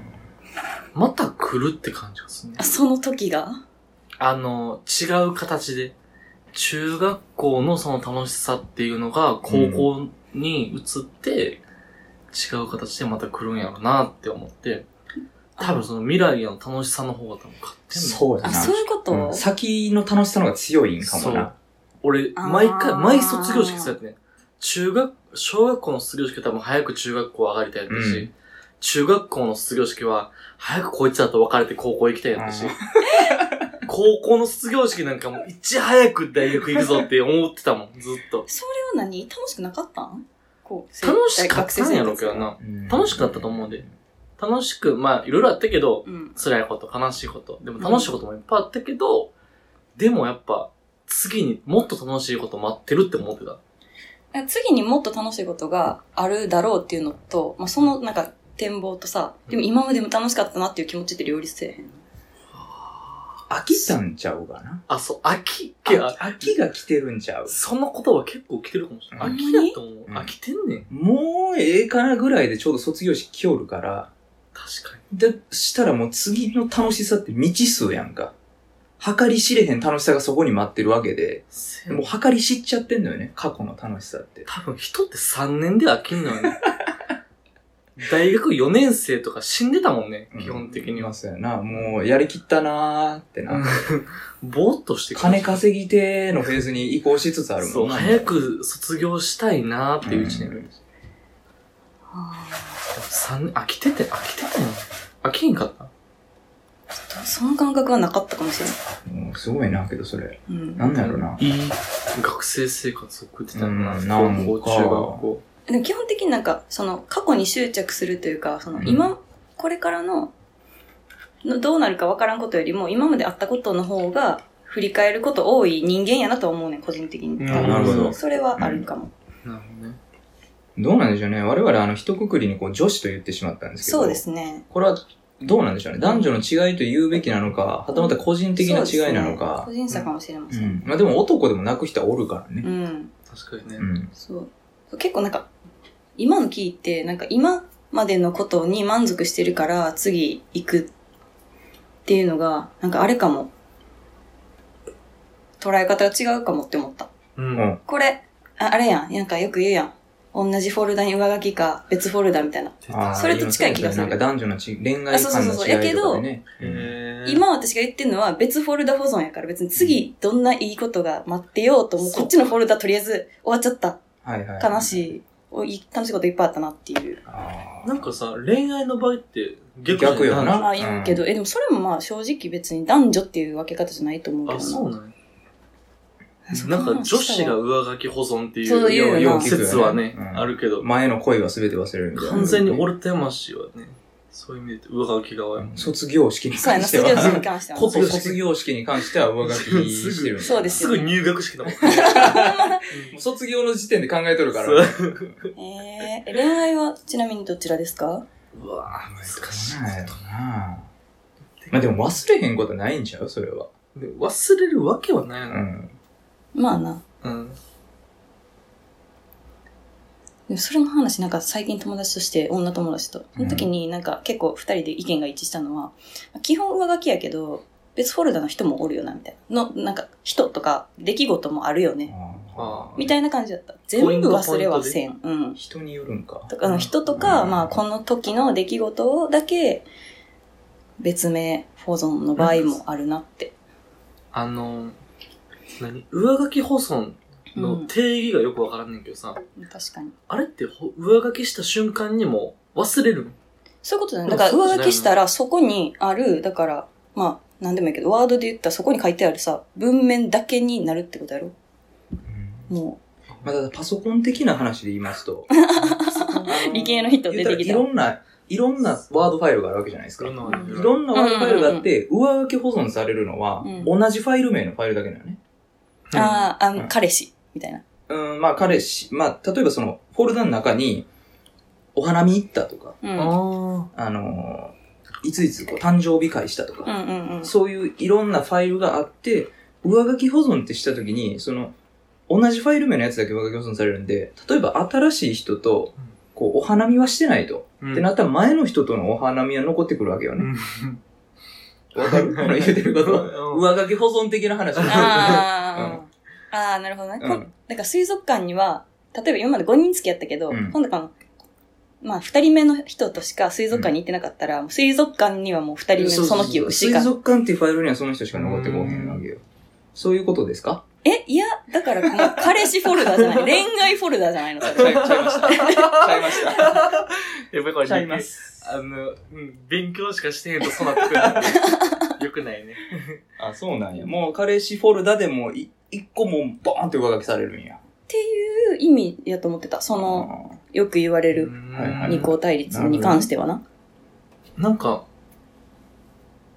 Speaker 2: また来るって感じがするね
Speaker 3: あ。その時が
Speaker 2: あの、違う形で。中学校のその楽しさっていうのが高校に移って、違う形でまた来るんやろなって思って、多分その未来への楽しさの方が多分勝ってんの。
Speaker 1: そうや
Speaker 3: あ、
Speaker 1: な。
Speaker 3: そういうこと、
Speaker 1: うん先の楽しさの方が強いんかも
Speaker 2: そう
Speaker 1: な。。
Speaker 2: 俺、
Speaker 3: あー
Speaker 2: 毎回、毎卒業式そうやってね。中学、小学校の卒業式は多分早く中学校上がりたいやったし、
Speaker 1: うん
Speaker 2: 中学校の卒業式は早くこいつらと別れて高校行きたいやったし
Speaker 1: あ、
Speaker 2: 高校の卒業式なんかもういち早く大学行くぞって思ってたもん、ずっと。
Speaker 3: それは何楽しくなかったんこう、
Speaker 2: 楽しかったんやろうけど
Speaker 3: 学生生活が。
Speaker 2: な。楽しかったと思うで。楽しく、まあ、いろいろあったけど、
Speaker 3: うん。
Speaker 2: 辛いこと、悲しいこと、でも楽しいこともいっぱいあったけど、でもやっぱ、次にもっと楽しいこと待ってるって思ってた。
Speaker 3: なんか次にもっと楽しいことがあるだろうっていうのと、まあ、そのなんか展望とさ、でも今までも楽しかったなっていう気持ちって両立せえへん。
Speaker 1: 飽きたんちゃうかな。
Speaker 2: あ、そう、秋いや
Speaker 1: 飽き飽きが来てるんちゃう。
Speaker 2: その言葉結構来てるかもしれな
Speaker 1: ほ
Speaker 2: い。
Speaker 1: ん
Speaker 2: 飽
Speaker 3: ま
Speaker 2: き
Speaker 3: に
Speaker 2: やと思う。
Speaker 1: うん
Speaker 2: 飽きてんねん。
Speaker 1: もうええかなぐらいでちょうど卒業式来おるから、
Speaker 2: 確かに。
Speaker 1: で、したらもう次の楽しさって未知数やんか。計り知れへん楽しさがそこに待ってるわけで、
Speaker 2: せ
Speaker 1: もう計り知っちゃってんのよね、過去の楽しさって。
Speaker 2: 多分人って3年で飽きんのよ ね。大学4年生とか死んでたもんね、基本的には
Speaker 1: ま。すよな。もうやりきったなーってな。
Speaker 2: ぼーっとしてくる
Speaker 1: 金稼ぎてーのフェーズに移行しつつある
Speaker 2: そ
Speaker 1: も
Speaker 2: う、
Speaker 1: ん
Speaker 2: 早く卒業したいなーっていう一年。
Speaker 1: うん
Speaker 3: はあ
Speaker 2: 3年、飽きてて、飽きてたよ。飽きへんかった
Speaker 3: ょっとその感覚はなかったかもしれない。
Speaker 1: うんすごいな、けどそれ。
Speaker 3: うん
Speaker 1: なんだろうな。
Speaker 2: いい学生生活を送ってたよな、
Speaker 1: うんなんか
Speaker 2: 高校、中学校。
Speaker 3: でも基本的になんか、その過去に執着するというか、その
Speaker 1: うん
Speaker 3: 今、これからの、のどうなるかわからんことよりも、今まであったことの方が、振り返ること多い人間やなとは思うねん、個人的に。
Speaker 2: うん
Speaker 3: 多分
Speaker 1: なるほど
Speaker 3: それはあるかも。
Speaker 2: なるほどね。
Speaker 1: どうなんでしょうね。我々、あの、一括りにこう、女子と言ってしまったんですけど。
Speaker 3: そうで。すね。
Speaker 1: これは、どうなんでしょうね。男女の違いと言うべきなのか、はたまた個人的な違いなの
Speaker 3: そ
Speaker 1: か
Speaker 3: うですね個。人差かもしれま
Speaker 1: う
Speaker 3: せん。
Speaker 1: ん。まあでも男でも泣く人はおるから
Speaker 3: う
Speaker 1: ね。
Speaker 3: ん。
Speaker 2: 確かにね。
Speaker 1: うん。
Speaker 3: そう。結構なんか、今の聞いて、なんか今までのことに満足してるから、次行くっていうのが、なんかあれかも。捉え方が違うかもって思った。
Speaker 2: うん。
Speaker 1: うん。
Speaker 3: これ、ああれやん。なんかよく言うやん。同じフォルダに上書きか、別フォルダみたいな。
Speaker 1: あー
Speaker 3: それと近い気がする
Speaker 1: なんか男女のち恋愛
Speaker 3: あそうそ
Speaker 1: 観
Speaker 3: うそ
Speaker 1: の
Speaker 3: うそう
Speaker 1: 違いとかでね。うん
Speaker 2: へー、
Speaker 3: 今私が言ってるのは別フォルダ保存やから別に次どんないいことが待ってようと、もうこっちのフォルダとりあえず終わっちゃった。
Speaker 1: はいはい。
Speaker 3: 悲しい。おい楽しいこといっぱいあったなっていう。
Speaker 1: あー
Speaker 2: なんかさ、恋愛の場合って逆
Speaker 1: 逆よな
Speaker 3: まあ言うけど、え、でもそれもまあ正直別に男女っていう分け方じゃないと思うけど
Speaker 2: あ、
Speaker 3: な。
Speaker 2: そうなんや
Speaker 3: そこ
Speaker 2: な
Speaker 3: は
Speaker 2: んか女子が上書き保存って
Speaker 3: そういうよう
Speaker 2: い
Speaker 3: な
Speaker 2: うよう説はね
Speaker 1: う、ん
Speaker 2: あるけど、
Speaker 1: 前の恋は全て忘れるみたいな。
Speaker 2: 完全に俺と山氏はね、そういう意味で上書き
Speaker 1: う
Speaker 2: 側やもん
Speaker 1: ん。卒業式に
Speaker 3: そうや
Speaker 1: 関して
Speaker 3: な、卒業式
Speaker 1: は。
Speaker 3: に関しては。
Speaker 1: こ
Speaker 3: ほん
Speaker 1: と卒業式に関しては上書きしてる。
Speaker 3: そうです
Speaker 2: す
Speaker 3: よ
Speaker 2: ぐ
Speaker 3: ね
Speaker 2: 入学式 だもん。
Speaker 3: ま
Speaker 1: もう卒業の時点で考えとるから。
Speaker 3: えー、恋愛はちなみにどちらですか
Speaker 2: うわぁ、難しい
Speaker 1: どうなんやろなまあでも忘れへんことないんちゃうそれは。
Speaker 2: で忘れるわけはないうや
Speaker 1: ん。
Speaker 3: まあな。
Speaker 2: ろ。うん。
Speaker 3: でもそれの話、なんか最近友達として、女友達と。その時になんか結構二人で意見が一致したのは、基本上書きやけど、別フォルダの人もおるよな、みたいな。の、なんか人とか出来事もあるよね。
Speaker 2: あ
Speaker 3: みたいな感じだった。全部忘れはせん。うん。
Speaker 1: 人によるんか。
Speaker 3: とか、あの人とか、
Speaker 1: うん
Speaker 3: まあ、この時の出来事をだけ、別名、保存の場合もあるなって。
Speaker 2: あの、何上書き保存の定義がよくわからんねんけどさ、
Speaker 3: 確かに。
Speaker 2: あれってほ上書きした瞬間にもう忘れるの
Speaker 3: そういうことだね。
Speaker 2: で
Speaker 3: だ
Speaker 2: も
Speaker 3: から、
Speaker 2: そうじゃない
Speaker 3: 上書きしたら、そこにある、だから、まあ、なんでもいいけど、ワードで言ったらそこに書いてあるさ、文面だけになるってことやろ
Speaker 1: うん
Speaker 3: も
Speaker 1: まあ、ただパソコン的な話で言いますと、
Speaker 3: う、 理系の人
Speaker 1: 言
Speaker 3: 出
Speaker 1: った
Speaker 3: て
Speaker 1: らい
Speaker 3: きた。
Speaker 1: ろんな、いろんなワードファイルがあるわけじゃないですか。
Speaker 2: いろん
Speaker 1: い
Speaker 2: なのがいろいろ
Speaker 1: ろんなワードファイルがあって、上書き保存されるのは、
Speaker 3: うん
Speaker 1: 同じファイル名のファイルだけなのね。
Speaker 3: ああ、あ
Speaker 1: う
Speaker 3: の
Speaker 1: ん、
Speaker 3: 彼氏、みたいな。
Speaker 1: うん、まあ彼氏、まあ例えばそのフォルダの中に、お花見行ったとか、
Speaker 3: う。
Speaker 2: うんん
Speaker 3: うん
Speaker 2: あ
Speaker 1: あのーいついつこう誕生日会したとか、
Speaker 3: うんうん。
Speaker 1: そういういろんなファイルがあって、上書き保存ってしたときに、その、同じファイル名のやつだけ上書き保存されるんで、例えば新しい人と
Speaker 2: うん、
Speaker 1: こう、お花見はしてないと。
Speaker 2: あ。っ
Speaker 1: ってなったら前の人とのお花見は残ってくるわけよね。
Speaker 2: うん
Speaker 1: わか るこの言ってること。
Speaker 2: う
Speaker 1: 上書き保存的な話。
Speaker 3: ああ、ああ、なるほどね。
Speaker 1: う
Speaker 3: こ
Speaker 1: ん
Speaker 3: んだから水族館には、例えば今まで5人付き合ったけど、
Speaker 1: うん
Speaker 3: 今度この、まあ2人目の人としか水族館に行ってなかったら、水族館にはもう2人目のその記憶し
Speaker 1: 水
Speaker 3: か。
Speaker 1: 族館っていうファイルにはその人しか残ってこうへんわけよ。そういうことですか
Speaker 3: え、いや、だからもう彼氏フォルダじゃない。恋愛フォルダじゃないの、そ
Speaker 1: ちゃい
Speaker 3: れ。
Speaker 1: ました。ちゃいました。
Speaker 2: やっぱりこれ
Speaker 1: ちゃいま
Speaker 2: ね
Speaker 1: す。
Speaker 2: あの、うん勉強しかしてへんとそうなってくるんで、よくないね。
Speaker 1: あ、そうなんや。もう彼氏フォルダでもい一個もうボーンって上書きされるんや。
Speaker 3: 意味やと思ってた。その、
Speaker 1: あ
Speaker 3: よく言われ
Speaker 2: う
Speaker 3: る
Speaker 2: ん
Speaker 1: はいはい
Speaker 3: 二項対立に関してはな。
Speaker 2: なんか、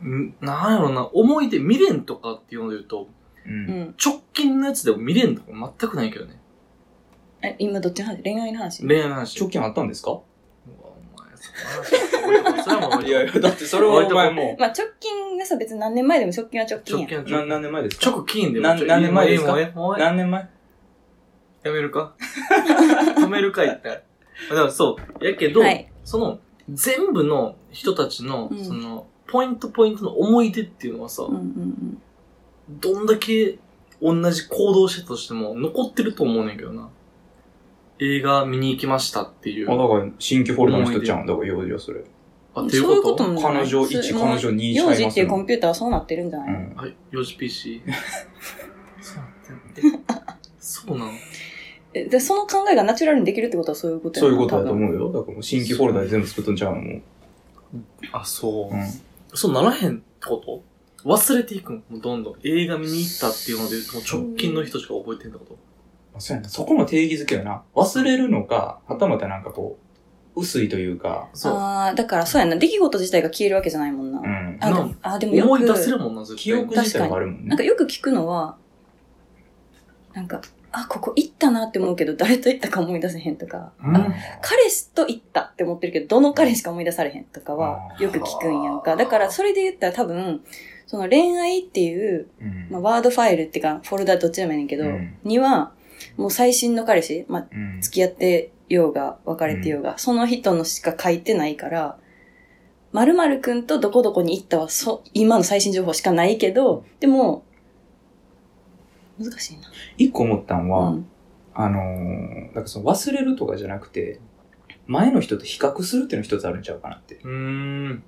Speaker 2: んなんやろな、思い出未練とかっていうので言うと、
Speaker 1: ーう。
Speaker 3: うんん。
Speaker 2: 直近のやつでも未練とか全くないけどね。
Speaker 3: え、今どっちの話恋愛の話
Speaker 2: 恋愛の話。
Speaker 1: 直近あったんですか
Speaker 2: うわお前、その話。それはもう
Speaker 1: いやいや、だってそれはお前も
Speaker 3: まあ直近がさ、別に何年前でも直近は直近や
Speaker 2: 直
Speaker 3: ん。
Speaker 2: 近
Speaker 1: う、な
Speaker 2: 直
Speaker 1: 何年前ですか
Speaker 2: 直近で
Speaker 1: な何年前ですか
Speaker 2: もうええもうええもうええ
Speaker 1: 何年前
Speaker 2: やめるか止めるかいったら。だからそう。やけど、
Speaker 3: はい
Speaker 2: その、全部の人たちの、
Speaker 3: うん
Speaker 2: その、ポイントポイントの思い出っていうのはさ、
Speaker 3: うんうんうん。
Speaker 2: どんだけ同じ行動したとしても残ってると思うねんけどな。映画見に行きましたっていう。
Speaker 1: あ、だから、新規フォルダの人ちゃうんだから、用事はそれ。
Speaker 2: あ、っていう
Speaker 3: そういうこ
Speaker 2: ことと
Speaker 3: も
Speaker 1: 彼女1、
Speaker 3: そう
Speaker 1: 彼女2ちゃい
Speaker 3: 幼
Speaker 1: ます
Speaker 3: 児
Speaker 1: よ
Speaker 3: っていうコンピューターはそうなってるんじゃな
Speaker 1: う
Speaker 3: い、
Speaker 1: ん。
Speaker 2: はい、幼児 PC。そうなんだよね。そうなの
Speaker 3: えで、その考えがナチュラルにできるってことはそういうことや
Speaker 1: そ
Speaker 3: な
Speaker 1: ういうことだと
Speaker 3: 多分
Speaker 1: 思うよ。だからもう新規フォルダで全部作っとんちゃうのもう。
Speaker 2: あ、そうう。
Speaker 1: ん。
Speaker 2: そうならへんこと忘れていくのもうどんどん。映画見に行ったっていうので言うと、もう直近の人しか覚えてんだこと。
Speaker 1: そうやな。そこも定義づけよな。忘れるのか、はたまたなんかこう、薄いというか、そう。
Speaker 3: ああ、だからそうやな。出来事自体が消えるわけじゃないもんな。
Speaker 1: うん。
Speaker 3: あで
Speaker 2: な
Speaker 3: も
Speaker 2: ん
Speaker 3: あ、でもよ
Speaker 2: 思い出せ
Speaker 3: く、
Speaker 2: るもんな、絶
Speaker 1: 記
Speaker 2: 対
Speaker 1: 憶。自体があるもん
Speaker 3: なん
Speaker 1: ね。
Speaker 3: かよく聞くのは、なんか、あ、ここ行ったなって思うけど、誰と行ったか思い出せへんとか、
Speaker 1: うん
Speaker 3: あ彼氏と行ったって思ってるけど、どの彼しか思い出されへんとかは、よく聞くんやん
Speaker 2: あ
Speaker 3: か。
Speaker 2: ー
Speaker 3: だから、それで言ったら多分、その恋愛っていう、
Speaker 1: うん
Speaker 3: まあ、ワードファイルっていうか、フォルダどっちでもいいねんけど、
Speaker 1: うん
Speaker 3: には、もう最新の彼氏、まあ、
Speaker 1: うん
Speaker 3: 付き合ってようが、別れてようが、その人のしか書いてないから、〇〇くんとどこどこに行ったは、そ、今の最新情報しかないけど、でも、難しいな。
Speaker 1: 一個思ったんは、
Speaker 3: うん
Speaker 1: あのー、なんかその忘れるとかじゃなくて、前の人と比較するっていうの一つあるんちゃうかなって。
Speaker 2: うーん。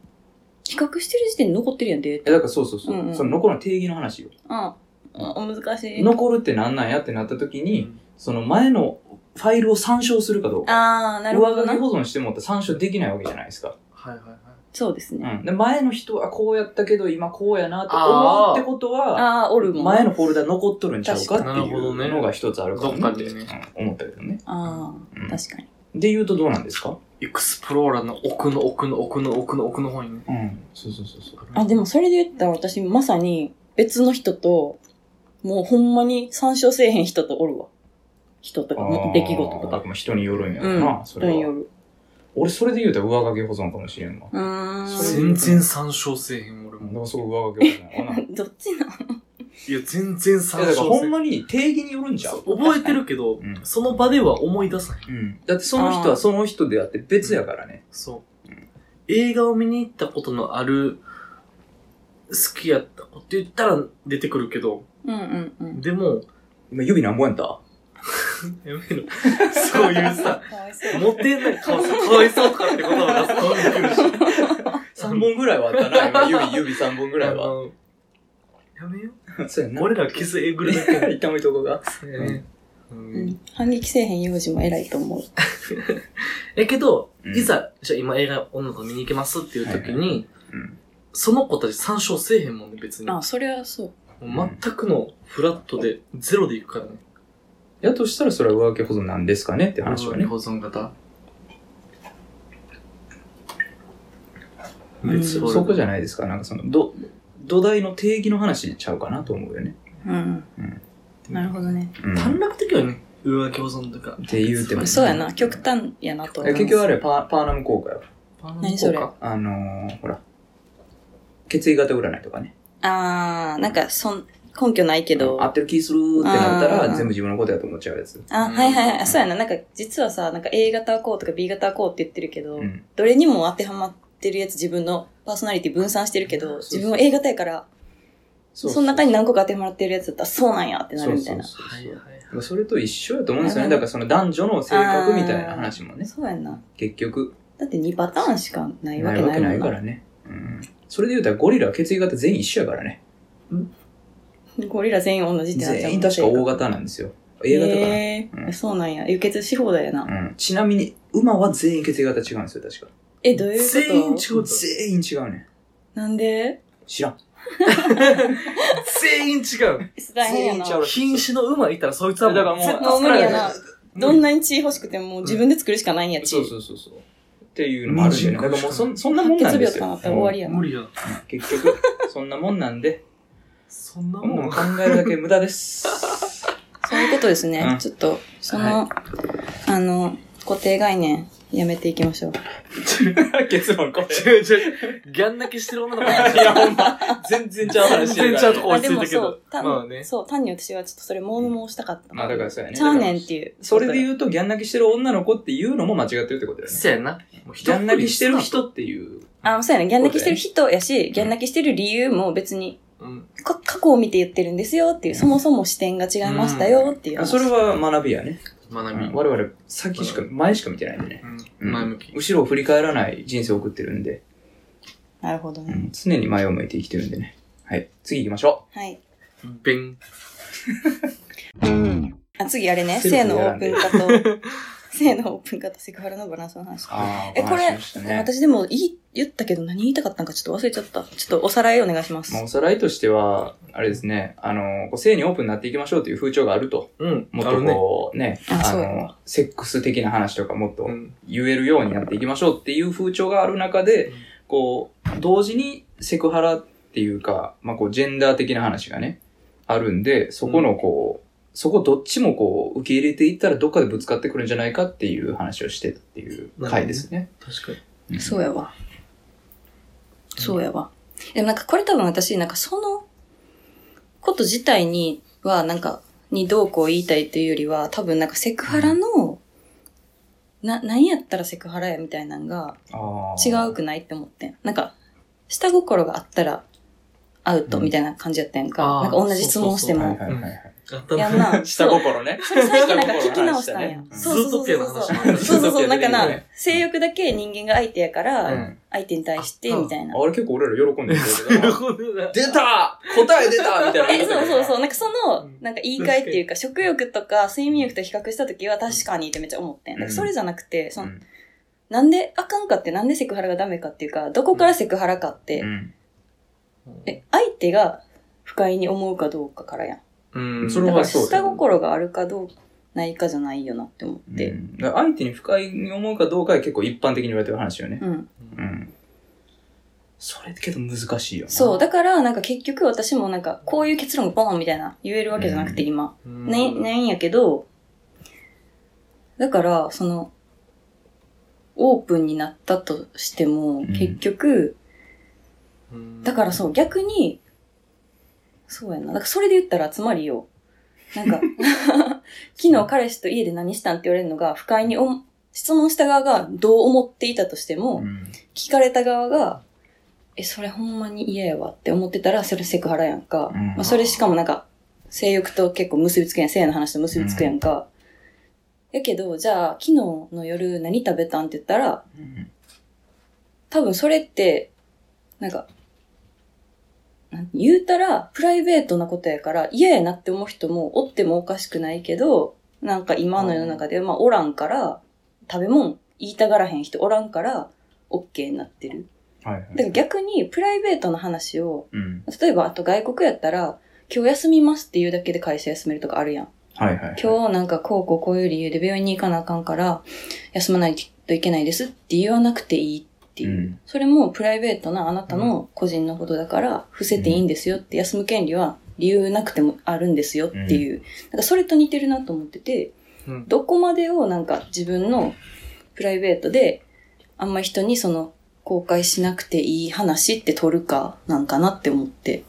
Speaker 3: 比較してる時点で残ってるやん、デー
Speaker 1: え、だからそうそうそう。
Speaker 3: うんうん
Speaker 1: その残るの定義の話よ。
Speaker 3: タ。うん。難しい。
Speaker 1: 残るってなんなんやってなった時に、その前のファイルを参照するかどうか。
Speaker 3: あー、なるほど
Speaker 1: 上書
Speaker 3: な
Speaker 1: き。保存してもって参照できないわけじゃないですか。
Speaker 2: はいはいはい。
Speaker 3: そうですね。
Speaker 1: うん。で、前の人はこうやったけど、今こうやなって思うってことは、
Speaker 3: あー、おるもん。
Speaker 1: 前のフォルダ残っとるんちゃうかって
Speaker 2: 確かに
Speaker 1: い
Speaker 2: なるほど
Speaker 1: う
Speaker 2: ね
Speaker 1: のが一つあるかもなって
Speaker 2: どっかに
Speaker 1: うん思ったけどね。
Speaker 3: ああ、
Speaker 1: うん
Speaker 3: 確かに。
Speaker 1: で言うとどうなんですか
Speaker 2: エクスプローラーの奥の奥の奥の奥の奥の方にね。
Speaker 1: うん。そうそうそうそう。
Speaker 3: あ、でもそれで言ったら私まさに別の人と、もうほんまに参照せえへん人とおるわ。人とかも、出来事と
Speaker 1: あ
Speaker 3: か
Speaker 1: ー。まあ人によるんやろ
Speaker 3: う
Speaker 1: な、
Speaker 3: ん。
Speaker 1: そ
Speaker 3: 人
Speaker 1: れは
Speaker 3: による。
Speaker 1: 俺それで言うたら上書き保存かもしれんわ。
Speaker 3: うーん。
Speaker 2: 全然参照せえへん、俺
Speaker 1: だか
Speaker 2: も
Speaker 1: ら。そこ上書き保存 やわな。い
Speaker 3: どっちなの
Speaker 2: いや、全然参
Speaker 1: やだ
Speaker 2: 照
Speaker 1: からほ
Speaker 2: せえ
Speaker 1: ん
Speaker 2: へん。
Speaker 1: まに定義によるんちゃう
Speaker 2: 覚えてるけど
Speaker 1: う、ん
Speaker 2: その場では思い出さへん。
Speaker 1: うん。だってその人はその人であって別やからね。
Speaker 2: そう。映画を見に行ったことのある、好きやった子って言ったら出てくるけど、
Speaker 3: うんうんうん。
Speaker 2: でも、
Speaker 1: 今指何本や った
Speaker 2: やめろ。そういうさ、
Speaker 3: かわいそう。
Speaker 2: モテない顔さ、かわいそうとかって言葉が出すと出てくるし。
Speaker 1: ?3 本ぐらいはあったな、今指、指3本ぐ
Speaker 2: ぐ
Speaker 1: らいは。。
Speaker 2: やめよ う。
Speaker 1: そうやんな。
Speaker 2: 俺ら傷 えぐるだけ
Speaker 1: 一旦置いとこうか。
Speaker 2: やね。うん
Speaker 3: うん。反撃せえへん幼児も偉いと思う。
Speaker 2: え、けど
Speaker 1: う、ん
Speaker 2: いざ、じゃあ今映画女の子見に行けますっていう
Speaker 1: はい
Speaker 2: 時
Speaker 1: は
Speaker 2: に、
Speaker 1: うん。
Speaker 2: その子たち参照せえへんもんね、別に。
Speaker 3: あ、それはそう。
Speaker 2: もう全くのフラットで、ゼロで行くからね。
Speaker 1: やとしたらそれは上書き保存なんですかねって話はね。
Speaker 2: 保存型。
Speaker 3: うん
Speaker 2: 別に
Speaker 1: そこじゃないですか。なんかその、ど、土台の定義の話ちゃうかなと思うよね。
Speaker 3: うん。なるほどね。
Speaker 1: うん
Speaker 2: 短絡的よね。上書き保存とか。
Speaker 1: って言うてもね
Speaker 3: そうやな。極端やなと思
Speaker 1: え
Speaker 3: い
Speaker 1: 結局あ
Speaker 3: る。
Speaker 1: れパー、パーナム効果よ。
Speaker 3: 何それ
Speaker 2: あ
Speaker 1: あのー、ほら。血液型占いとかね。
Speaker 3: あー、なんか、そん、根拠ないけど。
Speaker 1: 合ってる気するってなった
Speaker 3: あ
Speaker 1: ら、
Speaker 3: ー
Speaker 1: 全部自分のことやと思っちゃうやつ。
Speaker 3: あ、
Speaker 2: うん
Speaker 3: はいはいはい。そうやな。なんか、実はさ、なんか A 型はこうとか B 型はこうって言ってるけど、
Speaker 1: うん。
Speaker 3: どれにも当てはまってるやつ自分のパーソナリティ分散してるけ
Speaker 1: そう
Speaker 3: ど、
Speaker 1: そう
Speaker 3: 自分は A 型やから、その中に何個か当てはまってるやつだったらそうなんやってなるみたいな。そ
Speaker 1: そうそう
Speaker 2: は
Speaker 1: そう
Speaker 2: い
Speaker 1: そう
Speaker 2: はい
Speaker 1: だからそれと一緒やと思うんですよね。
Speaker 3: あな
Speaker 1: だ
Speaker 3: る
Speaker 1: からその男女の性格みたいな話も
Speaker 3: う
Speaker 1: ね。
Speaker 3: やんな。
Speaker 1: 結局、
Speaker 3: だって2パターンしかないわ
Speaker 1: な
Speaker 3: け
Speaker 1: いわ
Speaker 3: な
Speaker 1: け
Speaker 3: いも
Speaker 1: ない
Speaker 3: ん
Speaker 1: か
Speaker 3: な。
Speaker 1: らね。うん。それで言うたらゴリラは血液型全員一緒やからね。
Speaker 3: ゴリラ全員同じってなっちゃう
Speaker 1: 全員確か O 型なんですよ。A 型かな。
Speaker 3: え
Speaker 1: うん
Speaker 3: そうなんや。輸血し放題やな。
Speaker 1: うんちなみに、馬は全員血液型違うんですよ、確
Speaker 3: え、どういうこと
Speaker 2: 全員違う
Speaker 1: か。
Speaker 2: と
Speaker 1: 全員違うね。
Speaker 3: なんで
Speaker 1: 知らん。
Speaker 2: 全員違う。
Speaker 3: 世代変や
Speaker 1: 全員違う
Speaker 3: な。
Speaker 1: ら
Speaker 2: 瀕死の馬いたらそいつは
Speaker 1: だからもう
Speaker 2: 絶対
Speaker 3: もう無理やな。どん
Speaker 2: な
Speaker 3: なに血欲しくても自分で作るしかないんや、血。
Speaker 1: そうそうそうそう。っていうのもあるんだよね。だからもうそ、そんなもんなん
Speaker 3: 血
Speaker 1: で
Speaker 3: 病
Speaker 1: す
Speaker 3: とかな
Speaker 1: よ
Speaker 3: っ。たら終わりやな。
Speaker 2: 無理や。
Speaker 1: うん結局、そんなもんなんで、
Speaker 2: そんな
Speaker 1: こんな
Speaker 2: も
Speaker 1: もん
Speaker 2: ん
Speaker 1: 考。えるだけ無駄です。
Speaker 3: そういうことですね。
Speaker 1: うん
Speaker 3: ちょっと、その、あの、固定概念、やめていきましょう。
Speaker 1: 結 論こ
Speaker 2: 違う違う。ギャン泣きしてる女の子
Speaker 1: れ。いや、ほんま、全然ちゃう話や
Speaker 2: 全然ちゃうとこ
Speaker 3: あ、
Speaker 2: 落
Speaker 3: で
Speaker 2: ち着い
Speaker 3: も
Speaker 2: たけ
Speaker 3: そ
Speaker 2: ど
Speaker 3: う、。単
Speaker 2: まあね。
Speaker 3: そう、単に私はちょっとそれ、モームしたかった。
Speaker 1: まあだからそうやね。
Speaker 3: チャーネンっていう。
Speaker 1: それで
Speaker 3: う。
Speaker 1: 言うと、ギャン泣きしてる女の子っていうのも間違ってるってことだよね。
Speaker 2: そうやな。もう
Speaker 1: ギャン泣きしてる。人っていう。
Speaker 3: あ、そうやね。ギャン泣きしてる人やし、ギャン泣きしてる理由も別に、
Speaker 2: うん。
Speaker 3: か過去を見て言ってるんですよっていう、そもそも視点が違いましたよっていう
Speaker 1: あ
Speaker 3: 話。
Speaker 1: それは学びやね。
Speaker 2: 学び。
Speaker 1: うん我々、先しか、前しか見てないんでね。
Speaker 2: うん前向き。
Speaker 1: 後ろを振り返らない人生を送ってるんで、
Speaker 3: なるほど
Speaker 1: う
Speaker 3: ね。
Speaker 1: ん常に前を向いて生きてるんでね。はい。次行きましょ
Speaker 3: はい。
Speaker 2: ベン。
Speaker 3: あ、次あれね、
Speaker 1: セル
Speaker 3: 性
Speaker 1: フ
Speaker 3: の
Speaker 1: で
Speaker 3: オ
Speaker 1: 選
Speaker 3: ー
Speaker 1: んで
Speaker 3: プ ン化と、性のオープン型セクハラのバランスの話。
Speaker 1: あ
Speaker 3: え、これ、
Speaker 1: ね、
Speaker 3: 私でも言い、言ったけど何言いたかったのかちょっと忘れちゃった。ちょっとおさらいお願いします
Speaker 1: まあ、。おさらいとしては、あれですね、あの、こう性にオープンになっていきましょうという風潮があると。
Speaker 2: うん。
Speaker 1: もっ
Speaker 2: あ
Speaker 1: と
Speaker 2: るね。
Speaker 1: こう、ね、
Speaker 3: あ
Speaker 1: あ
Speaker 3: そう
Speaker 1: の、セックス的な話とかもっと
Speaker 2: うん。
Speaker 1: 言えるようになっていきましょうっていう風潮がある中で、
Speaker 2: うん
Speaker 1: こう、同時にセクハラっていうか、まあ、こう、ジェンダー的な話がね、あるんで、そこのこう、そこどっちもこう、受け入れていったらどっかでぶつかってくるんじゃないかっていう話をしてたっていう回ですね。
Speaker 2: 確かに。
Speaker 1: うん
Speaker 3: そうやわ。そうやわ。でもなんかこれ多分私、なんかそのこと自体には、なんか、にどうこう言いたいというよりは、多分なんかセクハラの、な、何やったらセクハラやみたいなのが
Speaker 1: あ
Speaker 3: 違
Speaker 1: ー
Speaker 3: うくないって思ってん。なんか、下心があったらアウトみたいな感じやったやん
Speaker 2: う
Speaker 3: か。
Speaker 2: ん
Speaker 3: なんか同じ質問して
Speaker 1: はい
Speaker 3: も。
Speaker 1: はいはいはい。
Speaker 2: あった
Speaker 3: やん な。
Speaker 1: 下心ね。
Speaker 3: それ最近なんか聞き直したんや。
Speaker 1: うん
Speaker 3: そうそうそうそう。
Speaker 2: ズートピアの話
Speaker 3: そうそうそう。なん
Speaker 1: ズートピア出てく
Speaker 3: か
Speaker 1: る
Speaker 3: な
Speaker 1: ね、
Speaker 3: 性欲だけ人間が相手やから、
Speaker 1: うん
Speaker 3: 相手に対して、
Speaker 2: あ
Speaker 3: みたいな。
Speaker 1: あれ結構俺ら喜 んでるけど。
Speaker 2: で
Speaker 1: 出た答え出たみたいな。。
Speaker 3: え、そうそうそうう。なんかその、なんか言い換えっていうか、食欲とか睡眠欲と比較した時は確かにってめっちゃ思ってん。だからそれじゃなくて、その、なんであかんかって、なんでセクハラがダメかっていうか、どこからセクハラかって、
Speaker 1: うん。
Speaker 3: え、相手が不快に思うかどうかからやん。
Speaker 2: うん。
Speaker 1: それ
Speaker 3: だ
Speaker 1: は
Speaker 3: から
Speaker 1: そう
Speaker 3: 下心があるかどうか、ないかじゃないよなって思っ
Speaker 1: で、
Speaker 3: て。
Speaker 1: だから相手に不快に思うかどうかは結構一般的に言われてる話よね。
Speaker 3: うん。
Speaker 1: うん。それけど難しいよな。
Speaker 3: そう。だから、なんか結局私もなんか、こういう結論ボーンみたいな言えるわけじゃなくて
Speaker 1: う
Speaker 3: 今。
Speaker 2: うん
Speaker 3: ね、ないんやけど、だから、その、オープンになったとしても
Speaker 1: ん、
Speaker 3: 結局、
Speaker 2: うん
Speaker 3: だからそう、逆に、そうやな。だからそれで言ったら、つまりよ、な んか、昨日彼氏と家で何したんって言われるのが、不快におも質問した側がどう思っていたとしても、
Speaker 1: うん。
Speaker 3: 聞かれた側が、え、それほんまに嫌やわって思ってたら、それセクハラやんか。
Speaker 1: うん
Speaker 3: まあ、それしかもなんか、性欲と結構結びつくやん、性の話と結びつくやんか。やけど、じゃあ、昨日の夜何食べたんって言ったら、
Speaker 1: うん
Speaker 3: 多分それって、なんか、なん言うたら、プライベートなことやから、嫌やなって思う人もおってもおかしくないけど、なんか今の世の中で、まあ、おらんから、食べ物言いたがらへん人おらんから、オッケーになってる。
Speaker 1: はいはい。
Speaker 3: だから逆にプライベートの話を、
Speaker 1: うん。
Speaker 3: 例えばあと外国やったら、今日休みますっていうだけで会社休めるとかあるやん。
Speaker 1: はいはい。
Speaker 3: 今日なんかこうこうこういう理由で病院に行かなあかんから、休まないといけないですって言わなくていいっていうう。
Speaker 1: ん。
Speaker 3: それもプライベートなあなたの個人のことだから、伏せていいんですよって、休む権利は理由なくてもあるんですよっていう。なんかそれと似てるなと思ってて、
Speaker 2: うん
Speaker 3: どこまでをなんか自分のプライベートで、あんま人にその公開しなくていい話って取るかなんかなって思って。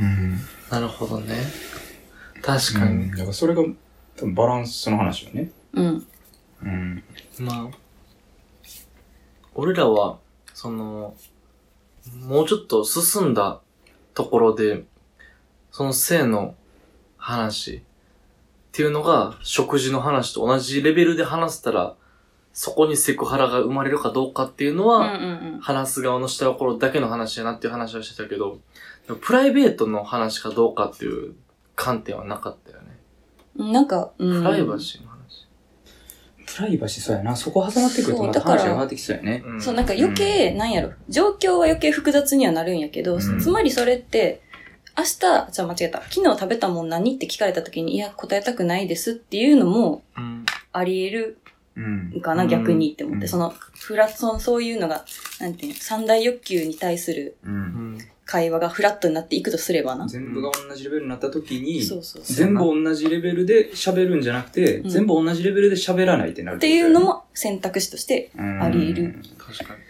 Speaker 1: うん。
Speaker 2: なるほどね。確
Speaker 1: う
Speaker 2: かに
Speaker 1: ん。だからそれが、多分バランスの話よね。
Speaker 3: うん。
Speaker 1: うん。
Speaker 2: まあ、俺らは、その、もうちょっと進んだところで、その性の話っていうのが、食事の話と同じレベルで話せたら、そこにセクハラが生まれるかどうかっていうの
Speaker 3: うんう
Speaker 2: は、
Speaker 3: ん
Speaker 2: 話す側の下心だけの話やなっていう話はしてたけど、でもプライベートの話かどうかっていう観点はなかったよね。
Speaker 3: うん。なんか、うん。
Speaker 2: プライバシーの話。
Speaker 1: プライバシーそうやな。そこ挟まってくるとまた
Speaker 3: そうだから
Speaker 1: 話が上がってきそうやね。
Speaker 2: ん
Speaker 3: そう、なんか余計、なんやろ、状況は余計複雑にはなるんやけど、
Speaker 1: うん
Speaker 3: つまりそれって、明日、じゃあ間違えた、昨日食べたもん何って聞かれた時に、いや、答えたくないですっていうのも
Speaker 2: うん。
Speaker 3: あり得
Speaker 1: うん
Speaker 3: る。かな、
Speaker 2: うん
Speaker 3: 逆にって思って、
Speaker 1: うん
Speaker 3: その、フラットのそういうのが、なんていうの、三大欲求に対する
Speaker 1: う。
Speaker 2: うんん。
Speaker 3: 会話がフラットになっていくとすればな。そ
Speaker 1: 全部が同じレベルになった時に、
Speaker 3: うそうそう。
Speaker 1: 全部同じレベルで喋るんじゃなくて、
Speaker 3: うん
Speaker 1: 全部同じレベルで喋らないってなる
Speaker 3: っていうのも選択肢として、
Speaker 1: あ
Speaker 3: り得る。
Speaker 2: 確かに。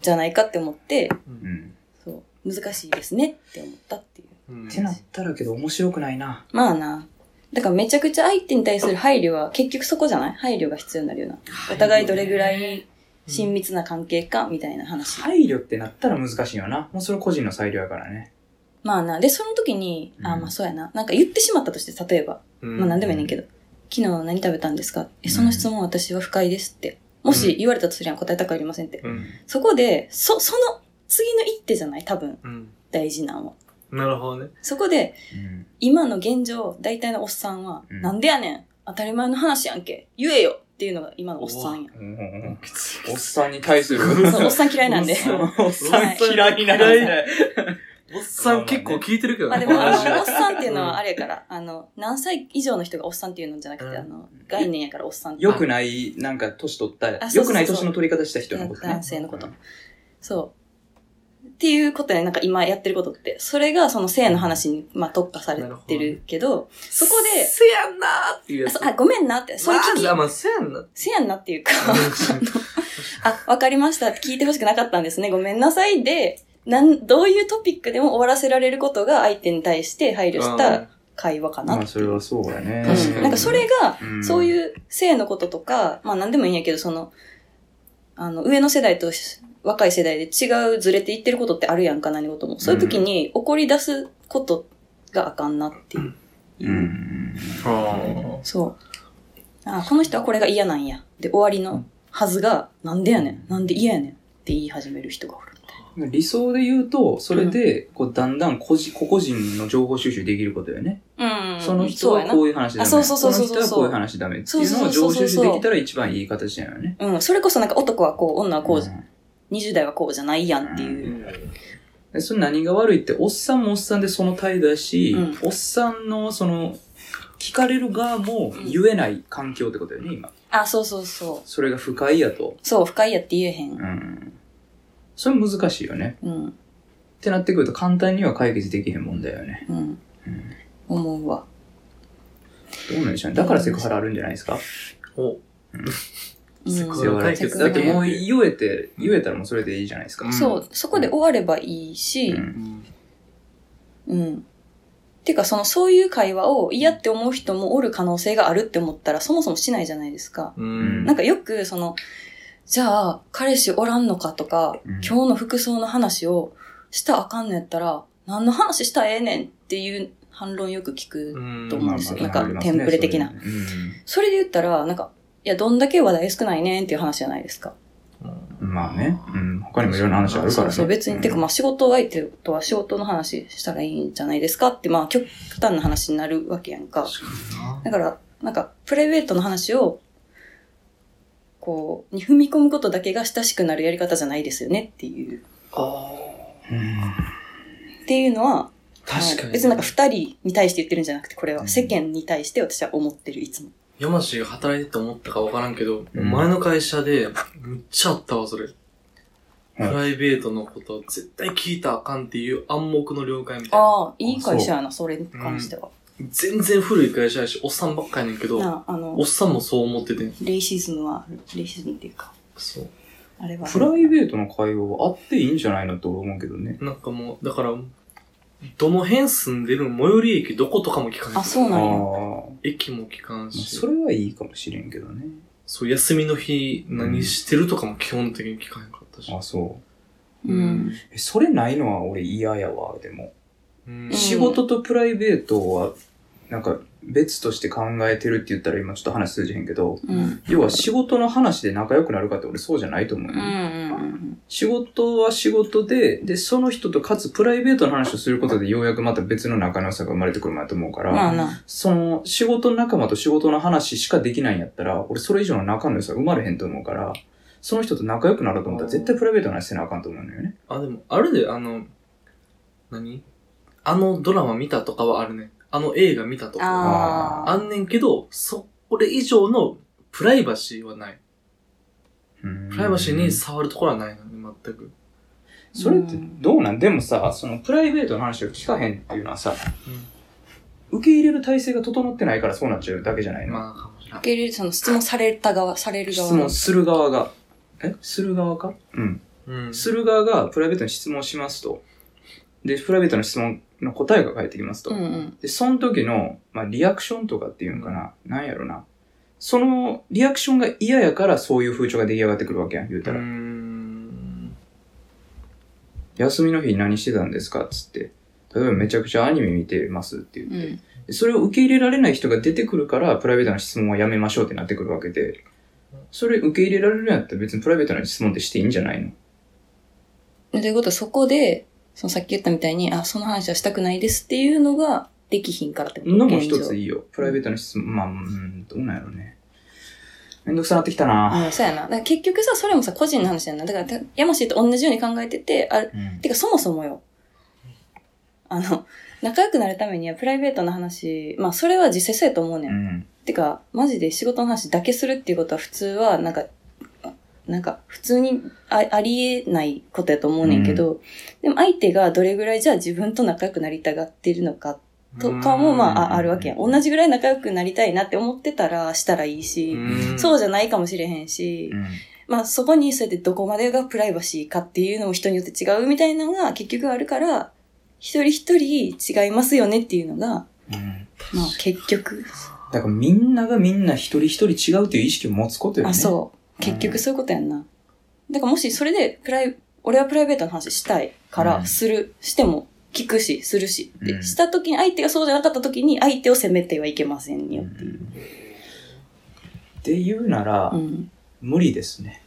Speaker 3: じゃないかって思って、
Speaker 2: うん
Speaker 1: うん。
Speaker 3: そう、難しいですねって思ったっていう。
Speaker 2: うん
Speaker 1: ってなったらけど面白くないな。
Speaker 3: まあな。だからめちゃくちゃ相手に対する配慮は、結局そこじゃない配慮が必要になるよな。お互いどれぐらい親密な関係か、みたいな話。
Speaker 1: 配慮ってなったら難しいよな。もうそれ個人の裁量やからね。
Speaker 3: まあな。で、その時に、
Speaker 1: うん
Speaker 3: あ、まあそうやな。なんか言ってしまったとして、例えば。まあ何でもいいねんけど。昨日何食べたんですかえ、その質問私は不快ですって。もし言われたとすりゃ答えたくありませんって。
Speaker 2: うん。
Speaker 3: そこで、そ、その次の一手じゃない多分、
Speaker 2: うん。
Speaker 3: 大事なのは。
Speaker 2: なるほどね。
Speaker 3: そこで、
Speaker 1: うん。
Speaker 3: 今の現状、大体のおっさんは、
Speaker 1: うん
Speaker 3: なんでやねん当たり前の話やんけ言えよっていうのが今のおっさんや。
Speaker 1: うんうんうん
Speaker 2: きつい
Speaker 1: おっさんに対する。
Speaker 3: そ う、おっさん嫌いなんで。
Speaker 1: おっさん嫌いなん
Speaker 2: 嫌
Speaker 1: で。
Speaker 2: おっさん結構聞いてるけど
Speaker 3: まあで
Speaker 2: ね、
Speaker 3: も、あ
Speaker 2: 話
Speaker 3: の、おっさんっていうのはあれやから、あの、何歳以上の人がおっさんっていうのじゃなくて、
Speaker 2: うん
Speaker 3: あの、概念やからおっさんって。
Speaker 1: よくない、なんか、年取った、
Speaker 3: あそうそうそう
Speaker 1: よくない年の取り方した人のことね。
Speaker 3: 男性のこと
Speaker 1: うん。
Speaker 3: そう。っていうことやね、なんか今やってることって。それがその性の話に、まあ、特化されてるけど、そこで
Speaker 2: せやんなーっていうや
Speaker 3: あ
Speaker 2: つ
Speaker 3: そ。あ、ごめんなって、そういう聞
Speaker 2: ま
Speaker 3: き
Speaker 2: ず、あ、まあ、せや んなって。
Speaker 3: せやんなっていうか、あ、わかりましたって聞いてほしくなかったんですね。ごめんなさいで、なん、どういうトピックでも終わらせられることが相手に対して配慮した会話かな
Speaker 1: まあ、。それはそうやね。
Speaker 2: 確
Speaker 3: うん、なんかそれが、
Speaker 1: うん、
Speaker 3: そう
Speaker 1: う
Speaker 3: いう性のこととか、まあ何でもいいんやけど、その、あの、上の世代とし若い世代で違うずれていってることってあるやんか、何事も。そういう時に怒り出すことがあかんなっていう。
Speaker 1: ん。
Speaker 2: うん
Speaker 3: そう。あこの人はこれが嫌なんや。で、終わりのはずが、なんでやねん。なんで嫌やねん。って言い始める人がおる。
Speaker 1: 理想で言うと、それで、こう、だんだん個人、個々人の情報収集できることよね。
Speaker 3: うん
Speaker 1: その人はこういう話ダメ。
Speaker 3: あそうそうそうそう
Speaker 1: この人はこういう話ダメっていうのを情報収集できたら一番いい形だよね。
Speaker 3: うん。それこそなんか男はこう、女はこう、
Speaker 1: ん
Speaker 3: 20代はこうじゃないやんっていう。
Speaker 1: でそれ何が悪いって、おっさんもおっさんでその態度だし、
Speaker 3: うん
Speaker 1: おっさんのその、聞かれる側も
Speaker 3: うん
Speaker 1: 言えない環境ってことよね、今。
Speaker 3: あ、そうそうそ
Speaker 1: それが不快やと。
Speaker 3: う。そう、不快やって言えへん
Speaker 1: う。ん。それ難しいよね。
Speaker 3: うん。
Speaker 1: ってなってくると簡単には解決できへんもんだよね。
Speaker 3: うん。思うわ。
Speaker 1: どうなんでしょうね。だからセクハラあるんじゃないですか
Speaker 2: お、
Speaker 3: うん
Speaker 2: セクハ
Speaker 1: セク
Speaker 2: ラ
Speaker 1: ハラ
Speaker 2: 解決
Speaker 1: だってもう言えて、言えたらもうそれでいいじゃないですか。
Speaker 3: そう、そこで終わればいいし、
Speaker 1: うん
Speaker 3: うん。てか、その、そういう会話を嫌って思う人もおる可能性があるって思ったら、そもそもしないじゃないですか。
Speaker 2: うん。
Speaker 3: なんかよく、その、じゃあ、彼氏おらんのかとか、
Speaker 1: うん
Speaker 3: 今日の服装の話をしたらあかんのやったら、何の話したらええねんっていう反論よく聞く。
Speaker 2: うん
Speaker 3: と思うんですよ
Speaker 1: まあまあ
Speaker 3: なんかテンプレ的
Speaker 1: あ
Speaker 3: な
Speaker 1: りますねそういうのね
Speaker 3: それで言ったら、なんか、いや、どんだけ話題少ないねんっていう話じゃないですか。
Speaker 1: うんまあね。うん。他にもいろんな話あるから
Speaker 3: そう
Speaker 1: ね。
Speaker 3: そう、別に。てか、まあ、仕事相手とは仕事の話したらいいんじゃないですかって、まあ、極端な話になるわけやんか。だから、なんか、プライベートの話を、こう、に踏み込むことだけが親しくなるやり方じゃないですよねっていう。
Speaker 2: あ
Speaker 1: うん
Speaker 3: っていうのは、
Speaker 2: 確か
Speaker 3: まあ
Speaker 2: に。
Speaker 3: 別になんか二人に対して言ってるんじゃなくて、これ
Speaker 1: う
Speaker 3: は
Speaker 1: ん
Speaker 3: 世間に対して私は思ってる、いつも。
Speaker 2: 山氏が働いてて思ったか分からんけど、
Speaker 1: うん
Speaker 2: 前の会社で、むっちゃあったわ、それ。プライベートのことを絶対聞いたらあかんっていう暗黙の了解みたいな。
Speaker 3: ああ、いい会社やな、それに関しては。
Speaker 2: 全然古い会社やし、おっさんばっかりねんけど、
Speaker 3: なあ、あの
Speaker 2: おっ、さんもそう思っててん。
Speaker 3: レイシズムは、レイシズムっていうか、
Speaker 2: そう。
Speaker 3: あれは。
Speaker 1: プライベートの会話はあっていいんじゃないのと思うけどね。
Speaker 2: なんかもう、だから、どの辺住んでる最寄り駅どことかも聞かない。
Speaker 3: あ、そう
Speaker 1: ああ
Speaker 3: なん
Speaker 1: ー、
Speaker 3: や。
Speaker 1: ま
Speaker 2: 駅も聞かん
Speaker 1: あ
Speaker 2: し。
Speaker 1: それはいいかもしれんけどね。
Speaker 2: そう、休みの日何してるとかも基本的に聞かへんかったし。
Speaker 1: あ、そう。
Speaker 3: うん。
Speaker 1: えそれないのは俺嫌やわ、でも。
Speaker 2: うん。
Speaker 1: 仕事とプライベートは、なんか別として考えてるって言ったら今ちょっと話通じへんけど、
Speaker 3: うん。
Speaker 1: 要は仕事の話で仲良くなるかって俺そうじゃないと思うよ
Speaker 3: うん。う
Speaker 1: ね、
Speaker 3: ん。
Speaker 1: 仕事は仕事で、で、その人とかつプライベートの話をすることでようやくまた別の仲の良さが生まれてくるもんやと思うから、
Speaker 3: まあな。
Speaker 1: その仕事仲間と仕事の話しかできないんやったら、俺それ以上の仲の良さ生まれへんと思うから、その人と仲良くなろうと思ったら絶対プライベートの話せなあかんと思うのよね。
Speaker 2: あ、でも、あれで、あの、何あのドラマ見たとかはあるね。あの映画見たとかはあ
Speaker 3: ああ。
Speaker 2: んねんけど、そ、これ以上のプライバシーはない。
Speaker 1: うん
Speaker 2: プライバシーに触るところはないのね、全く。
Speaker 1: それってどうなんでもさ、そのプライベートの話を聞かへんっていうのはさ、受け入れる体制が整ってないからそうなっちゃうだけじゃないの、
Speaker 2: まあ、かもしれな
Speaker 3: 受
Speaker 2: い。
Speaker 3: け入れる、その質問された側、される側
Speaker 1: 質
Speaker 3: の。
Speaker 1: 問する側が。えする側かうん。
Speaker 2: うん。
Speaker 1: する側がプライベートに質問しますと。で、プライベートの質問の答えが返ってきますと。
Speaker 3: うんうん。
Speaker 1: で、その時の、まあ、リアクションとかっていうのかな。なんやろな。その、リアクションが嫌やからそういう風潮が出来上がってくるわけやん、言う
Speaker 2: う
Speaker 1: た
Speaker 2: ー
Speaker 1: ら。
Speaker 2: ん。
Speaker 1: 休みの日何してたんですかっつって。例えばめちゃくちゃアニメ見てますって言
Speaker 3: う
Speaker 1: って。
Speaker 3: ん。
Speaker 1: でそれを受け入れられない人が出てくるから、プライベートな質問はやめましょうってなってくるわけで。それ受け入れられるんやったら別にプライベートな質問ってしていいんじゃないの
Speaker 3: でということは、そこで、そのさっき言ったみたいに、あ、その話はしたくないですっていうのができひんからってこと
Speaker 1: のも一つ
Speaker 3: 現
Speaker 1: いいよ。プライベートの質問、まあ、うん、どうなんやろうね。めんどくさなってきたな。
Speaker 3: うん、そうやな。だから結局さ、それもさ、個人の話やんな。だから、た山氏と同じように考えてて、あ
Speaker 1: うん。
Speaker 3: てかそもそもよ。あの、仲良くなるためにはプライベートの話、まあそれは実際そうやと思うね。
Speaker 1: うんん。
Speaker 3: てか、マジで仕事の話だけするっていうことは普通は、なんか、なんか普通にあありえないことやと思うねんけど、でも相手がどれぐらいじゃあ自分と仲良くなりたがってるのかとかもまあああるわけやん。同じぐらい仲良くなりたいなって思ってたらしたらいいし、そううじゃないかもしれへんし、
Speaker 1: うん。
Speaker 3: まあそこにそうやってどこまでがプライバシーかっていうのも人によって違うみたいなのが結局あるから、一人一人違いますよねっていうのが、
Speaker 1: うん。
Speaker 3: まあ結局、
Speaker 1: だからみんながみんな一人一人違うという意識を持つことよね。
Speaker 3: あ、そう。結局そういうことやんな。だからもしそれでプライ、俺はプライベートの話したいか
Speaker 1: うん
Speaker 3: ら、する、しても、聞くし、するし。で、
Speaker 1: うん
Speaker 3: した時に、相手がそうじゃなかった時に、相手を責めてはいけません
Speaker 1: うん。
Speaker 3: よ
Speaker 1: っ。て言うなら、
Speaker 3: うん。
Speaker 1: 無理ですね。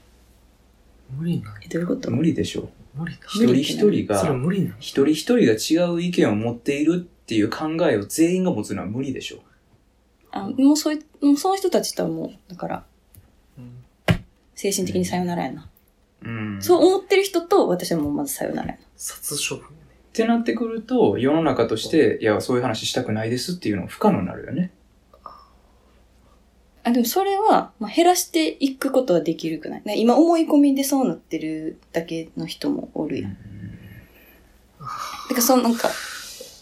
Speaker 2: 無理なんや
Speaker 3: えどういうこと
Speaker 1: 無理でしょう。
Speaker 2: 無理だ。
Speaker 1: 一人一人
Speaker 2: それ
Speaker 1: が、
Speaker 2: 無理なんや
Speaker 1: 一人一人が違う意見を持っているっていう考えを全員が持つのは無理でしょう。
Speaker 3: あ、もうそういう、もうその人たちとはもう、だから、
Speaker 2: うん
Speaker 3: 精神的にさよならやな。
Speaker 1: うん。
Speaker 3: そう思ってる人と、私はもうまずさよならやな。
Speaker 2: 殺処分やね。
Speaker 1: ってなってくると、世の中として、いや、そういう話したくないですっていうのは不可能になるよね。
Speaker 3: あ、でもそれは、まあ、減らしていくことはできるくない。ね今思い込みでそうなってるだけの人もおるやん。だからそのなんか、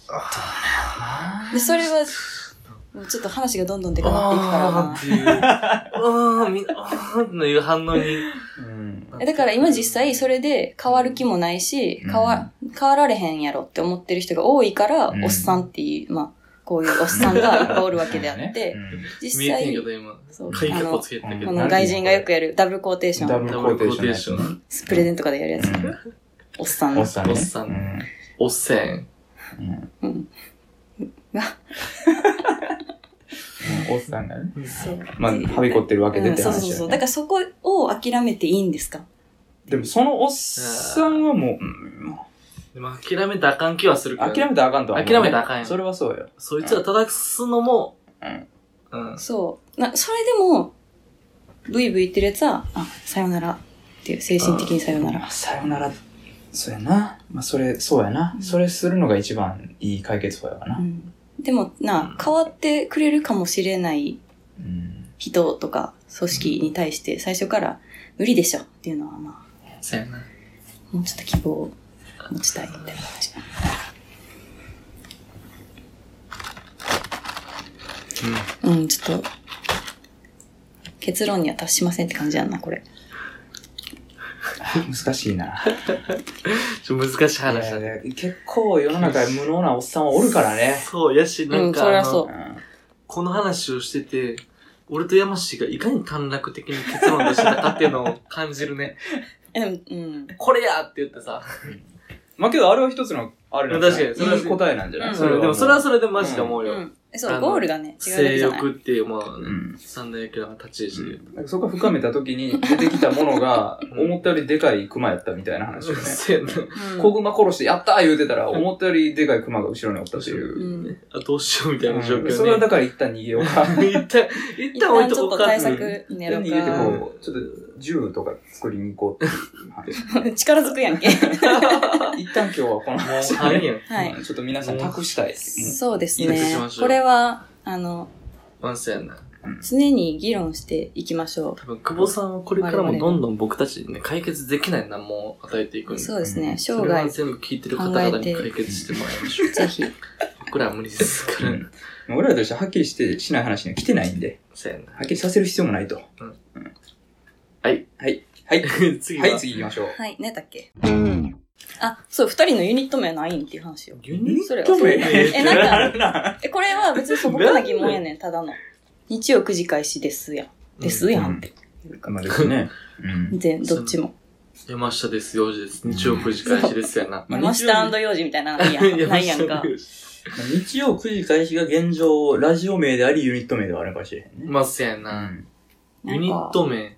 Speaker 1: あ
Speaker 3: で、それは、もうちょっと話がどんどんでかなっていくから
Speaker 2: あーって。いう。あー
Speaker 3: な
Speaker 2: みんな、あーっていう反応に。
Speaker 1: うん。
Speaker 3: えだから今実際それで変わる気もないし、変わ、変わられへんやろって思ってる人が多いから、
Speaker 1: うん
Speaker 3: おっさんっていう、まあ、こういうおっさんがいっぱいおるわけであっ
Speaker 1: う
Speaker 3: て、
Speaker 1: ん
Speaker 2: 見
Speaker 3: 実
Speaker 2: えてん
Speaker 3: 際
Speaker 2: け、ど今。
Speaker 3: そう、
Speaker 2: 鍵
Speaker 3: あ
Speaker 2: かっこ
Speaker 3: の
Speaker 2: つ、けてんけ
Speaker 1: あ
Speaker 3: こ
Speaker 2: ど。
Speaker 3: の外人がよくやるダブルコーテーシ
Speaker 1: ダ
Speaker 3: ョ
Speaker 1: ブ
Speaker 3: ン、
Speaker 1: ル
Speaker 2: ダ
Speaker 1: コ
Speaker 2: ブル
Speaker 1: ー
Speaker 2: コ
Speaker 1: テー
Speaker 2: ー
Speaker 1: シ
Speaker 2: テ
Speaker 1: ョン
Speaker 2: ーション。
Speaker 3: プレゼントとかでやるやつ、おっさん
Speaker 1: おっさんね。
Speaker 2: おっさん
Speaker 1: うん
Speaker 2: おっせん。
Speaker 1: うん
Speaker 3: うん。
Speaker 1: おっさんがね。
Speaker 3: そう。
Speaker 1: まあ、はびこってるわけで
Speaker 3: う
Speaker 1: っ
Speaker 3: ん
Speaker 1: て
Speaker 3: そうそう
Speaker 1: 話
Speaker 3: そ
Speaker 1: よ
Speaker 3: う。だ
Speaker 1: ね。
Speaker 3: からそこを諦めていいんですか
Speaker 1: でも、そのおっさんはもううん、
Speaker 2: でも諦めたらあかん気はするけどね。
Speaker 1: 諦めたらあかんとは思うね
Speaker 2: 諦めたらあかんよ
Speaker 1: それはそうよ。
Speaker 2: そいつら叩すのも、
Speaker 1: うん。
Speaker 2: うん。
Speaker 3: そう。な、それでも、ブイブイ言ってるやつは、あ、さよならっていう、精神的にさよなら。
Speaker 1: まあさよなら、そうやな。まあ、それ、そうやな。それするのが一番いい解決法やわ
Speaker 3: う
Speaker 1: な。
Speaker 3: ん。でも、
Speaker 2: うん
Speaker 3: な、変わってくれるかもしれない
Speaker 1: うん。
Speaker 3: 人とか組織に対して、最初から無理でしょっていうのは、ま
Speaker 2: せやな。
Speaker 3: あ、もうちょっと希望を持ちたいみたいな感じ。うん、ちょっと、結論には達しませんって感じやんな、これ。
Speaker 1: 難しいな。
Speaker 2: ちょ、難しい
Speaker 1: い
Speaker 2: 話
Speaker 1: や
Speaker 2: だ
Speaker 1: い
Speaker 2: ね。
Speaker 1: や結構世の中無能なおっさんはおるからね。
Speaker 2: そう、やし、なんか、
Speaker 3: うんそりゃ
Speaker 2: あの
Speaker 3: そう
Speaker 2: この話をしてて、俺と山氏がいかに短絡的に結論出してたかっていうのを感じるね。
Speaker 3: うん、うん。
Speaker 2: これやって言ってさ。
Speaker 1: まあけどあれは一つの、あれなんじゃない
Speaker 2: 確かにそれはい
Speaker 1: い答えなんじゃない、
Speaker 3: うん
Speaker 2: それでもそれは
Speaker 1: う
Speaker 2: それでマジで思うよ。
Speaker 3: うんえ
Speaker 2: あ
Speaker 3: そ
Speaker 2: の
Speaker 3: う、ゴールがね、違うだけ
Speaker 2: 性
Speaker 3: じゃない。
Speaker 2: 欲っていう、まあ、
Speaker 1: ん
Speaker 2: 三大欲の立ち位置で言う
Speaker 1: なんかそこを深めた時に出てきたものが思ったよりでかい熊やったみたいな話
Speaker 2: と。
Speaker 1: よね。
Speaker 2: せやな。
Speaker 3: うん
Speaker 1: 子熊殺してやったー言うてたら思ったよりでかい熊が後ろにおったっていう。
Speaker 3: うん。
Speaker 2: あ、どうしようみたいな状況
Speaker 1: うん
Speaker 2: ね。
Speaker 1: それはだから一旦逃げようか。
Speaker 2: 一 旦、一
Speaker 3: 一
Speaker 2: 旦置い
Speaker 3: 旦ち
Speaker 2: と
Speaker 3: ょ
Speaker 2: こ
Speaker 3: っ
Speaker 2: うか
Speaker 3: と対
Speaker 2: っていう。
Speaker 3: 策
Speaker 1: 一
Speaker 3: 練ろ
Speaker 1: 旦逃
Speaker 3: う
Speaker 1: げて
Speaker 3: か。
Speaker 1: こう、ちょっと銃とか作りに行こうっていう 話。
Speaker 3: 力づくやんけ。
Speaker 1: 一旦今日はこの
Speaker 2: も
Speaker 1: 話
Speaker 2: う、はいやん。
Speaker 3: はい。
Speaker 1: ちょっと皆さん託したい。
Speaker 3: そうです
Speaker 2: いいで
Speaker 3: ね
Speaker 2: すしましょ。う
Speaker 3: これは、あの、
Speaker 2: ワンセやな。
Speaker 3: 常に議論していきましょ
Speaker 2: 多分、久保さんはこれからもどんどん僕たちにね、解決できない難問を与えていくん
Speaker 3: う。
Speaker 2: で。
Speaker 3: そうです
Speaker 1: うん
Speaker 3: ね。生
Speaker 2: それは
Speaker 3: 涯、
Speaker 2: 全部聞いてる方々に解決してもらいま しょう。
Speaker 3: ぜひ。
Speaker 2: 僕らは無理ですか
Speaker 1: う
Speaker 2: ら。
Speaker 1: ん俺らとしてはっきりして、しない話には来てないんで。
Speaker 2: そうやな。
Speaker 1: はっきりさせる必要もないと。
Speaker 2: うん
Speaker 1: うん
Speaker 2: はい。
Speaker 1: はい。はい。
Speaker 2: 次は、
Speaker 1: はい、次行きましょう。
Speaker 3: はい、何だっけあ、そう、二人のユニット名ないんっていう話よ。
Speaker 2: ユニ
Speaker 3: それ
Speaker 1: ちょっと
Speaker 3: そう
Speaker 1: え
Speaker 3: え、なんか、
Speaker 1: な
Speaker 3: え、これは別に素朴な疑問やねん、ただの。日曜9時開始ですやん。ですやんって。
Speaker 1: まあですね。うん。
Speaker 3: 全、どっちも。
Speaker 2: 山下です、4時です。日曜9時開始ですやな。
Speaker 1: まあ
Speaker 3: マ
Speaker 1: 日
Speaker 3: ス
Speaker 1: 曜日
Speaker 3: ター用事みたいなのな いやんないやんか。
Speaker 1: 日曜9時開始が現状、ラジオ名であり、ユニット名ではあるかもしれへんね。
Speaker 2: まあ、そうやな。ユニット名。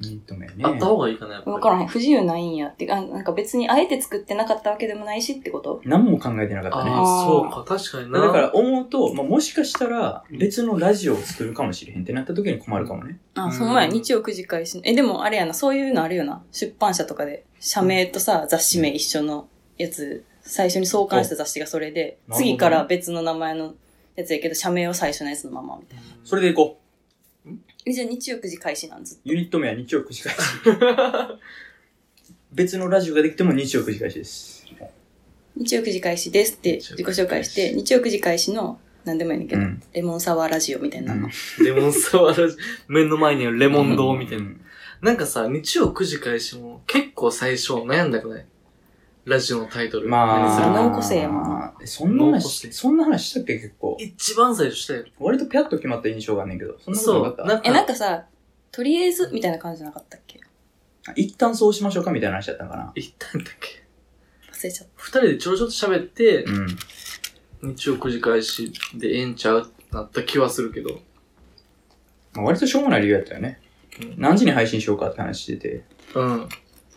Speaker 1: ニート名ね。
Speaker 2: あった方がいいかな、やっぱり。
Speaker 3: わからへん。不自由ないんやって。あなんか別にあえて作ってなかったわけでもないしってこと
Speaker 1: 何も考えてなかったね。
Speaker 2: ああ、そうか、確かにな。
Speaker 1: だから思うと、まあ、もしかしたら別のラジオを作るかもしれへんってなった時に困るかもね。
Speaker 2: う
Speaker 3: あ、
Speaker 2: ん
Speaker 3: その前、日曜9時開始。え、でもあれやな、そういうのあるよな。出版社とかで、社名とさ、雑誌名一緒のやつ、最初に創刊した雑誌がそれで
Speaker 1: お、なるほどね
Speaker 3: 次から別の名前のやつやけど、社名を最初のやつのままみたい
Speaker 1: それで行こう。
Speaker 3: な。えじゃあ日曜9時開始なんずっと。
Speaker 1: ユニット名は日曜9時開始。別のラジオができても日曜9時開始です。
Speaker 3: 日曜9時開始ですって自己紹介して、日曜9時開始の、なんでもいいねんだ
Speaker 1: う
Speaker 3: けど、
Speaker 1: ん。
Speaker 3: レモンサワーラジオみたいなの。
Speaker 2: レモンサワーラジオ、目の前にあるレモン堂みたいな。
Speaker 1: な。
Speaker 2: なんかさ、日曜9時開始も結構最初悩んだくないラジオのタイトル。
Speaker 1: まあ、
Speaker 3: それ
Speaker 2: 何
Speaker 3: 濃厚性や
Speaker 1: な。そんな
Speaker 2: 濃厚性
Speaker 1: 話、そんな話したっけ結構
Speaker 2: す。る一番最初したよ。
Speaker 1: 割とピャッと決まった印象があんねんけど。そんなこと
Speaker 2: そ
Speaker 1: なか
Speaker 2: う。
Speaker 1: った
Speaker 2: なん
Speaker 3: え、なん
Speaker 2: か、
Speaker 3: かさ、とりあえずみたいな感じじゃなかったっけ
Speaker 1: 一旦そうしましょうかみたいな話だったんかな。
Speaker 2: 言ったんだっけ
Speaker 3: 忘れちゃっ
Speaker 2: 二人でちょろちょろと喋って
Speaker 1: う、ん。
Speaker 2: 日曜9時開始でええんちゃうってなった気はするけど。
Speaker 1: まあ、割としょうもない理由やったよね
Speaker 2: うん。
Speaker 1: 何時に配信しようかって話してて。
Speaker 2: うん。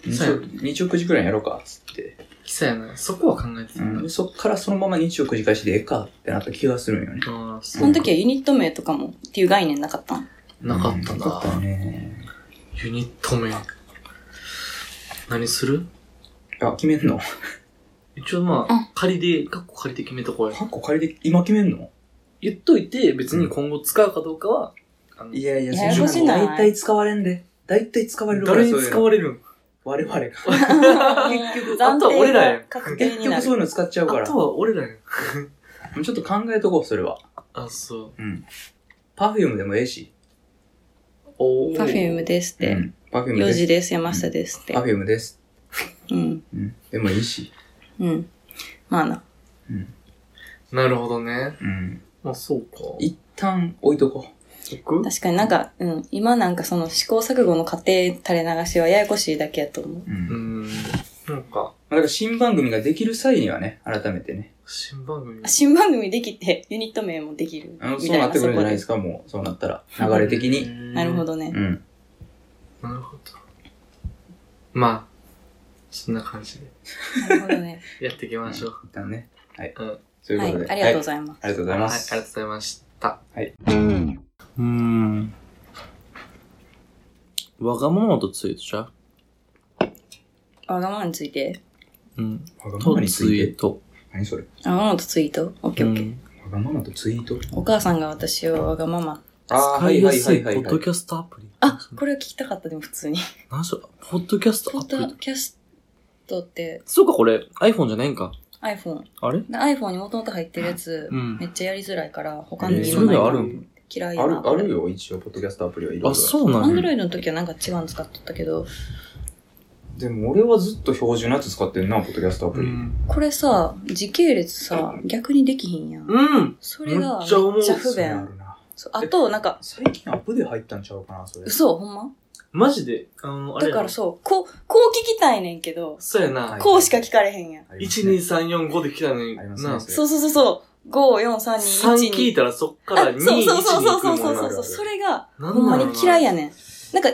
Speaker 1: 日
Speaker 2: そう
Speaker 1: 曜日曜9時くらいにやろうかっつって。
Speaker 2: きさやな。そこは考えてたんだ。
Speaker 1: でそっからそのまま日曜9時開始でええかってなった気がするんよね。
Speaker 2: ああ、
Speaker 3: た。
Speaker 2: そ
Speaker 3: その時はユニット名とかもっていう概念な かったん
Speaker 2: う。なかった
Speaker 1: なかった
Speaker 2: な。
Speaker 1: ね。
Speaker 2: ユニット名。何する
Speaker 1: あ、決めんの
Speaker 2: 一応ま
Speaker 3: うん
Speaker 2: あ、仮で、カッコ仮で決めとこうや。
Speaker 1: カッコ借りて今決めんの
Speaker 2: 言っといて、別に今後使うかどうかは、あの
Speaker 1: いやいや、
Speaker 3: ややこしいな
Speaker 1: 大体使われんで。大体使われるから
Speaker 2: 誰に使われるん
Speaker 1: そういうの我 々が。
Speaker 3: 結
Speaker 2: 局あとは俺らやん
Speaker 3: 確定
Speaker 1: 結
Speaker 3: にな
Speaker 1: 局そうい
Speaker 3: る。
Speaker 1: うの使っちゃうか
Speaker 2: あ
Speaker 1: ら。ち
Speaker 2: と
Speaker 1: ょ
Speaker 2: は俺らやん。
Speaker 1: っと考えとこう、それは。
Speaker 2: あ、そう。
Speaker 1: うん。パフュームでもええし。
Speaker 2: おー
Speaker 3: パフュームですって。
Speaker 1: うん。パフューム
Speaker 3: 4
Speaker 1: で
Speaker 3: 時
Speaker 1: す。
Speaker 3: です、山下ですって
Speaker 1: パ。フュームです。
Speaker 3: うん。
Speaker 1: うん。でもいいし。
Speaker 3: うん。まあな。
Speaker 1: うん。
Speaker 2: なるほどね。
Speaker 1: うん。
Speaker 2: まあ、そうか。
Speaker 1: 一旦置いとこ
Speaker 2: 僕
Speaker 3: 確かになんか、うん。今なんかその試行錯誤の過程垂れ流しはややこしいだけやと思う。
Speaker 1: う。うん
Speaker 2: うー。ん。なんか、
Speaker 1: まあだから新番組ができる際にはね、改めてね。
Speaker 2: 新番組
Speaker 3: あ。新番組できて、ユニット名もできる。み
Speaker 1: あの、そ
Speaker 3: た
Speaker 1: う
Speaker 3: い
Speaker 1: なっ
Speaker 3: な、
Speaker 1: てく
Speaker 3: そ
Speaker 1: るんじ
Speaker 3: こ
Speaker 1: ゃないで
Speaker 3: で。
Speaker 1: すか、もう。そうなったら。流れ的 に。
Speaker 2: に
Speaker 3: なるほ。どね
Speaker 1: う。ん。
Speaker 2: なるほど。まあ、そんな感じで
Speaker 3: なるほどね。
Speaker 2: やっていきましょう。
Speaker 1: 一旦ね。はい。
Speaker 2: うん
Speaker 1: そういう
Speaker 3: は
Speaker 1: こ
Speaker 3: い。
Speaker 1: とで。
Speaker 3: ありがと
Speaker 1: は
Speaker 3: うご
Speaker 1: い
Speaker 3: ざいます。
Speaker 1: ありがとうござい
Speaker 2: はい、あり
Speaker 1: ま
Speaker 2: が
Speaker 1: す。
Speaker 2: とうございました。
Speaker 3: うん。
Speaker 2: うーん。わがままとツイートじゃ
Speaker 3: わがままについて。
Speaker 2: うん。
Speaker 1: わがままについて。
Speaker 2: ト。
Speaker 1: 何それ
Speaker 3: わがままとツイートオッケーオッケー。
Speaker 1: わがままとツイート
Speaker 3: お母さんが私をわがまま。
Speaker 1: あーはいはいはいはいはい。
Speaker 2: キャストアプリ。
Speaker 3: あ、これは聞きたかった、でも普通に。
Speaker 2: 何しろ、ポッドキャス
Speaker 3: ポッドキャストって
Speaker 2: そうか、これ、iPhone じゃないんか。
Speaker 3: iPhone。
Speaker 2: あれ
Speaker 3: で iPhone にもともと入ってるやつ、
Speaker 2: うん
Speaker 3: めっちゃやりづらいから、他
Speaker 1: え
Speaker 3: に
Speaker 1: ー
Speaker 3: 色ない
Speaker 2: それで
Speaker 3: な
Speaker 2: あるん
Speaker 3: 嫌いや
Speaker 1: あ
Speaker 3: な。
Speaker 1: る、あるよ、一応、ポッドキャストアプリはいろいろ。
Speaker 2: あ、そうな
Speaker 3: アン
Speaker 2: ん
Speaker 3: ド
Speaker 2: や
Speaker 3: ロイドの時はなんか違うの使っとったけど、
Speaker 1: でも俺はずっと標準のやつ使ってんな、ポッドキャストアプ
Speaker 2: う
Speaker 1: リ。
Speaker 2: ん。
Speaker 3: これさ、時系列さ、逆にできひんやん。
Speaker 2: うん。
Speaker 3: それが
Speaker 2: めっちゃ思う
Speaker 3: めっちゃ不
Speaker 1: そうな
Speaker 3: 便。
Speaker 1: るな。
Speaker 3: そうあと、なんか、
Speaker 1: 最近アップで入ったんちゃうかな、それ。
Speaker 3: 嘘ほんま
Speaker 2: マジで、あの、あれ
Speaker 3: だ
Speaker 2: や
Speaker 3: か
Speaker 2: な
Speaker 3: らそう、こう、こう聞きたいねんけど、
Speaker 2: そうやな
Speaker 1: はい。
Speaker 3: こうしか聞かれへんやん。
Speaker 1: ありますね
Speaker 2: 1,2,3,4,5で来たのに、
Speaker 1: ありますね
Speaker 2: な。
Speaker 1: それ
Speaker 3: そうそうそうそう、5、4、3、
Speaker 2: 3
Speaker 3: 2、1、
Speaker 2: 聞いたらそっから2に
Speaker 3: そうそうそう
Speaker 2: 行
Speaker 3: そ
Speaker 2: くも
Speaker 3: うそう
Speaker 2: な
Speaker 3: そうそう。それが、
Speaker 2: な
Speaker 3: ほんま
Speaker 2: んだ
Speaker 3: に
Speaker 2: ろうな
Speaker 3: 嫌いやねん。なんか、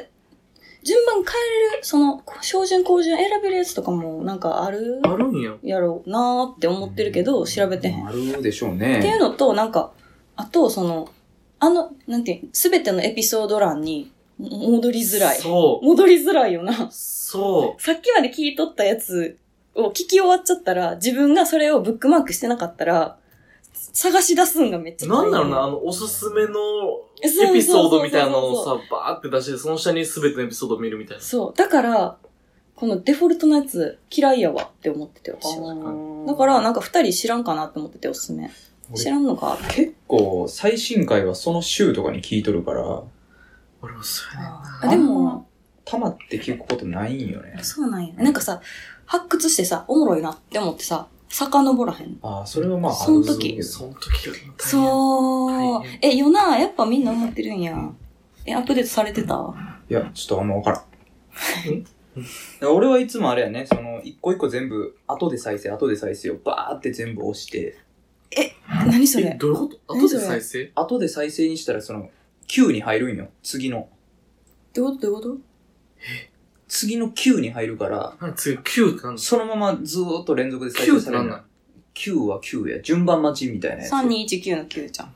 Speaker 3: 順番変えれる、その、標準、高順選べるやつとかも、なんかある
Speaker 2: あるんや。
Speaker 3: やろうなーって思ってるけど、調べてへん。っ
Speaker 1: あるでしょう
Speaker 3: ていう
Speaker 1: ね。
Speaker 3: のと、なんか、あと、その、あの、なんていう、すべてのエピソード欄に、も戻りづらい。
Speaker 2: そう。
Speaker 3: 戻りづらいよな。
Speaker 2: そ
Speaker 3: さっきまで聞いとったやつを聞き終わっちゃったら、自分がそれをブックマークしてなかったら、探し出すんがめっ
Speaker 2: う。
Speaker 3: ちゃ
Speaker 2: な
Speaker 3: 大
Speaker 2: ん
Speaker 3: 変
Speaker 2: だろうな、あの、おすすめの
Speaker 3: えそうそうそうそうそう
Speaker 2: エピソードみたいなのをさ、バーって出して、その下に全てのエピソードを見るみたいな。
Speaker 3: そう。だから、このデフォルトのやつ嫌いやわって思ってて、私は。だから、なんか二人知らんかなって思ってて、おすすめ。知
Speaker 1: 俺
Speaker 3: らんのか
Speaker 1: 結構、最新回はその週とかに聞いとるから、
Speaker 2: 俺もそれねんな。
Speaker 3: あでも、
Speaker 1: たまって聞くことないんよね。
Speaker 3: そうなんや。なんかさ、発掘してさ、おもろいなって思ってさ、遡らへん。
Speaker 1: ああ、それはまあ、
Speaker 3: その時
Speaker 1: あるけど
Speaker 2: その時が大変
Speaker 3: そ
Speaker 2: 大
Speaker 3: う
Speaker 2: 変。
Speaker 3: え、よな、やっぱみんな思ってるんや。え、アップデートされてた
Speaker 1: いや、ちょっとあんまわからん。俺はいつもあれやね、その、一個一個全部、後で再生、後で再生をバーって全部押して、
Speaker 3: 何そ
Speaker 2: え、
Speaker 3: れ
Speaker 2: どういうこと後で再生
Speaker 1: 後で再生にしたらその、9に入るんよ、次の。
Speaker 3: どういうことどういうこ
Speaker 1: 次の9に入るから、
Speaker 2: なんか次、9ってなんです
Speaker 1: そのままずーっと連続で
Speaker 2: か
Speaker 1: 再
Speaker 2: ?9
Speaker 1: 生
Speaker 2: って
Speaker 1: され
Speaker 2: なん
Speaker 1: る
Speaker 2: な
Speaker 1: の
Speaker 2: い。
Speaker 1: 9は9や。順番待ちみたいなやつ。
Speaker 3: 3219の9じゃん。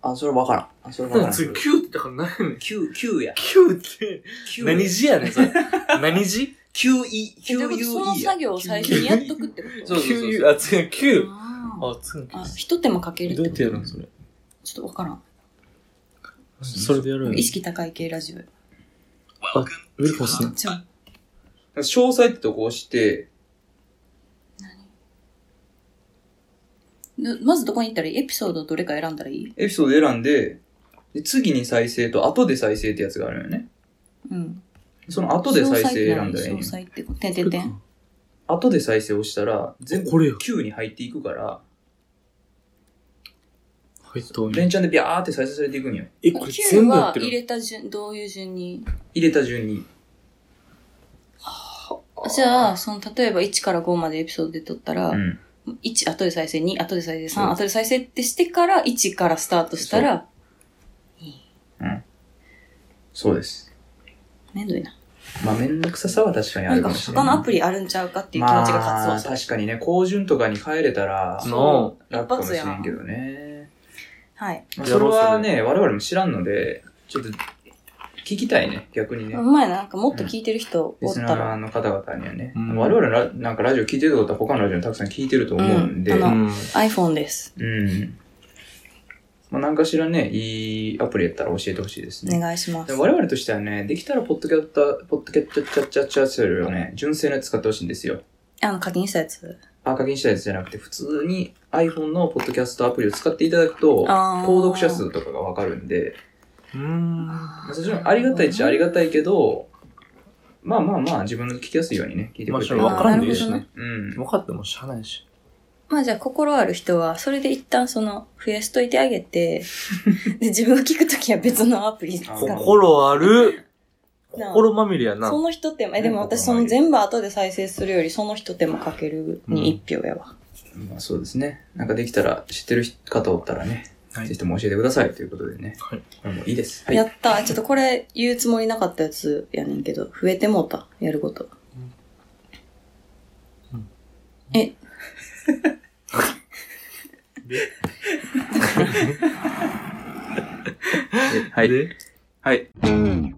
Speaker 1: あ、それわからん。あ、それわ
Speaker 2: なん
Speaker 1: か
Speaker 2: から
Speaker 1: ん。
Speaker 2: 次、
Speaker 1: 9、
Speaker 2: 9ってだから何やねん。
Speaker 1: 9や。
Speaker 2: 9って、
Speaker 1: 9
Speaker 2: 何時やねん、それ。 何時
Speaker 1: 9位、
Speaker 3: えという
Speaker 1: 9
Speaker 3: ことで
Speaker 1: 位。
Speaker 3: その作業を最初にやっとくってこと
Speaker 1: そうそうそう
Speaker 2: ?9、あ、次、9。
Speaker 3: あー
Speaker 2: あ、次の
Speaker 3: あ、
Speaker 2: 9。
Speaker 3: 一手間かけるっ
Speaker 2: ど
Speaker 3: て
Speaker 2: うや
Speaker 3: こ
Speaker 2: っ
Speaker 3: と
Speaker 2: てやるんそれ。
Speaker 3: ちょっとわからん。
Speaker 2: それでやるん
Speaker 3: 意識高い系ラジオ。
Speaker 2: あ、ウェルコスな。
Speaker 3: じゃあ、
Speaker 1: 詳細ってとこ押して、
Speaker 3: ぬまずどこに行ったらいいエピソードどれか選んだらいい
Speaker 1: エピソード選んで、で次に再生と後で再生ってやつがあるよね。
Speaker 3: うん。
Speaker 1: その後で再生選んだらいい
Speaker 3: 詳
Speaker 1: ね。
Speaker 3: 細ってこと。てんてんてん。
Speaker 1: 後で再生をしたら、全部
Speaker 2: これや。
Speaker 1: 9に入っていくから、
Speaker 2: 入った方がい
Speaker 1: 連
Speaker 2: い。
Speaker 1: チャンでビャーって再生されていくんよ。
Speaker 2: え、これ
Speaker 3: 9
Speaker 2: 全部や
Speaker 3: は
Speaker 2: って
Speaker 3: 入
Speaker 2: る。
Speaker 3: れた順、どういう順に
Speaker 1: 入れた順に。
Speaker 3: あじゃあ、その、例えば1から5までエピソードで撮ったら、
Speaker 1: うん。
Speaker 3: 1、後で再生、2、後で再生、
Speaker 1: う
Speaker 3: 3、
Speaker 1: ん
Speaker 3: 後で再生ってしてから、1からスタートしたら、
Speaker 1: そうです。
Speaker 3: めんどいな。
Speaker 1: まあ、めんどくささは確かにあ
Speaker 3: なん
Speaker 1: るか
Speaker 3: か
Speaker 1: もしれ
Speaker 3: 他
Speaker 1: ない。
Speaker 3: のアプ
Speaker 1: リ
Speaker 3: リあるんちゃうかっていう気持ちが
Speaker 1: まあ、
Speaker 3: 勝つわ。
Speaker 1: 確かにね、高順とかに帰れたら、
Speaker 2: の、
Speaker 1: 楽かもしれんけどね。
Speaker 3: はい。
Speaker 1: まあ、
Speaker 2: やろ
Speaker 1: そうれは
Speaker 2: そ
Speaker 1: ね、我々も知らんので、ちょっと、聞きたいね、逆にね
Speaker 3: う。まいな、なんかもっと聞いてる人
Speaker 1: リ
Speaker 3: おっ
Speaker 1: ス
Speaker 3: た
Speaker 1: ナー
Speaker 3: ら。
Speaker 1: の方々にはね、
Speaker 2: うん
Speaker 1: 我々らなんかラジオ聞いてるってことは他のラジオもたくさん聞いてると思うんで、
Speaker 3: うんあの
Speaker 2: うん。
Speaker 3: iPhone です。
Speaker 1: うん。まあ、なんかしらね、いいアプリやったら教えてほしいです
Speaker 3: お
Speaker 1: ね。
Speaker 3: 願いします
Speaker 1: で。も我々としてはね、できたらポッドキャッタ、ポッドキャッチャッチャッチャッチャッチャッチャをね、純正のやつ使ってほしいんですよ。
Speaker 3: あの、課金したやつ。
Speaker 1: あ、課金したやつじゃなくて、普通に iPhone のポッドキャストアプリを使っていただくと、
Speaker 3: あー
Speaker 1: 購読者数とかがわかるんで、
Speaker 2: うん。
Speaker 1: まあそっちのありがたいっちゃありがたいけど、まあまあまあ、自分の聞きやすいようにね、聞いて
Speaker 2: ま
Speaker 1: く
Speaker 2: あ、
Speaker 1: れ
Speaker 2: そ
Speaker 1: て
Speaker 2: れ
Speaker 1: る
Speaker 2: 分からんでいい
Speaker 3: あ
Speaker 2: し
Speaker 3: なる
Speaker 2: ね
Speaker 3: ほ。
Speaker 1: うん。
Speaker 2: 分かってもしゃあないし。
Speaker 3: まあじゃあ、心ある人は、それで一旦その、増やしといてあげ て、で、自分が聞くときは別のアプリ使っ
Speaker 1: あ
Speaker 3: て。
Speaker 2: 心ある、
Speaker 3: なあ
Speaker 2: 心まみれやな
Speaker 3: そ。の一手間、え、でも私その全部後で再生するより、その一手間かけるに一票やわ。
Speaker 1: まあそうですね。なんかできたら知ってる方おったらね、
Speaker 2: はい
Speaker 1: ぜひとも教えてくださいということでね。
Speaker 2: はい。
Speaker 1: これもいいです。はい。
Speaker 3: やった。ちょっとこれ言うつもりなかったやつやねんけど、増えてもうた。やること。
Speaker 2: うん
Speaker 3: え、
Speaker 1: はい。
Speaker 2: で
Speaker 1: はい。
Speaker 3: うん。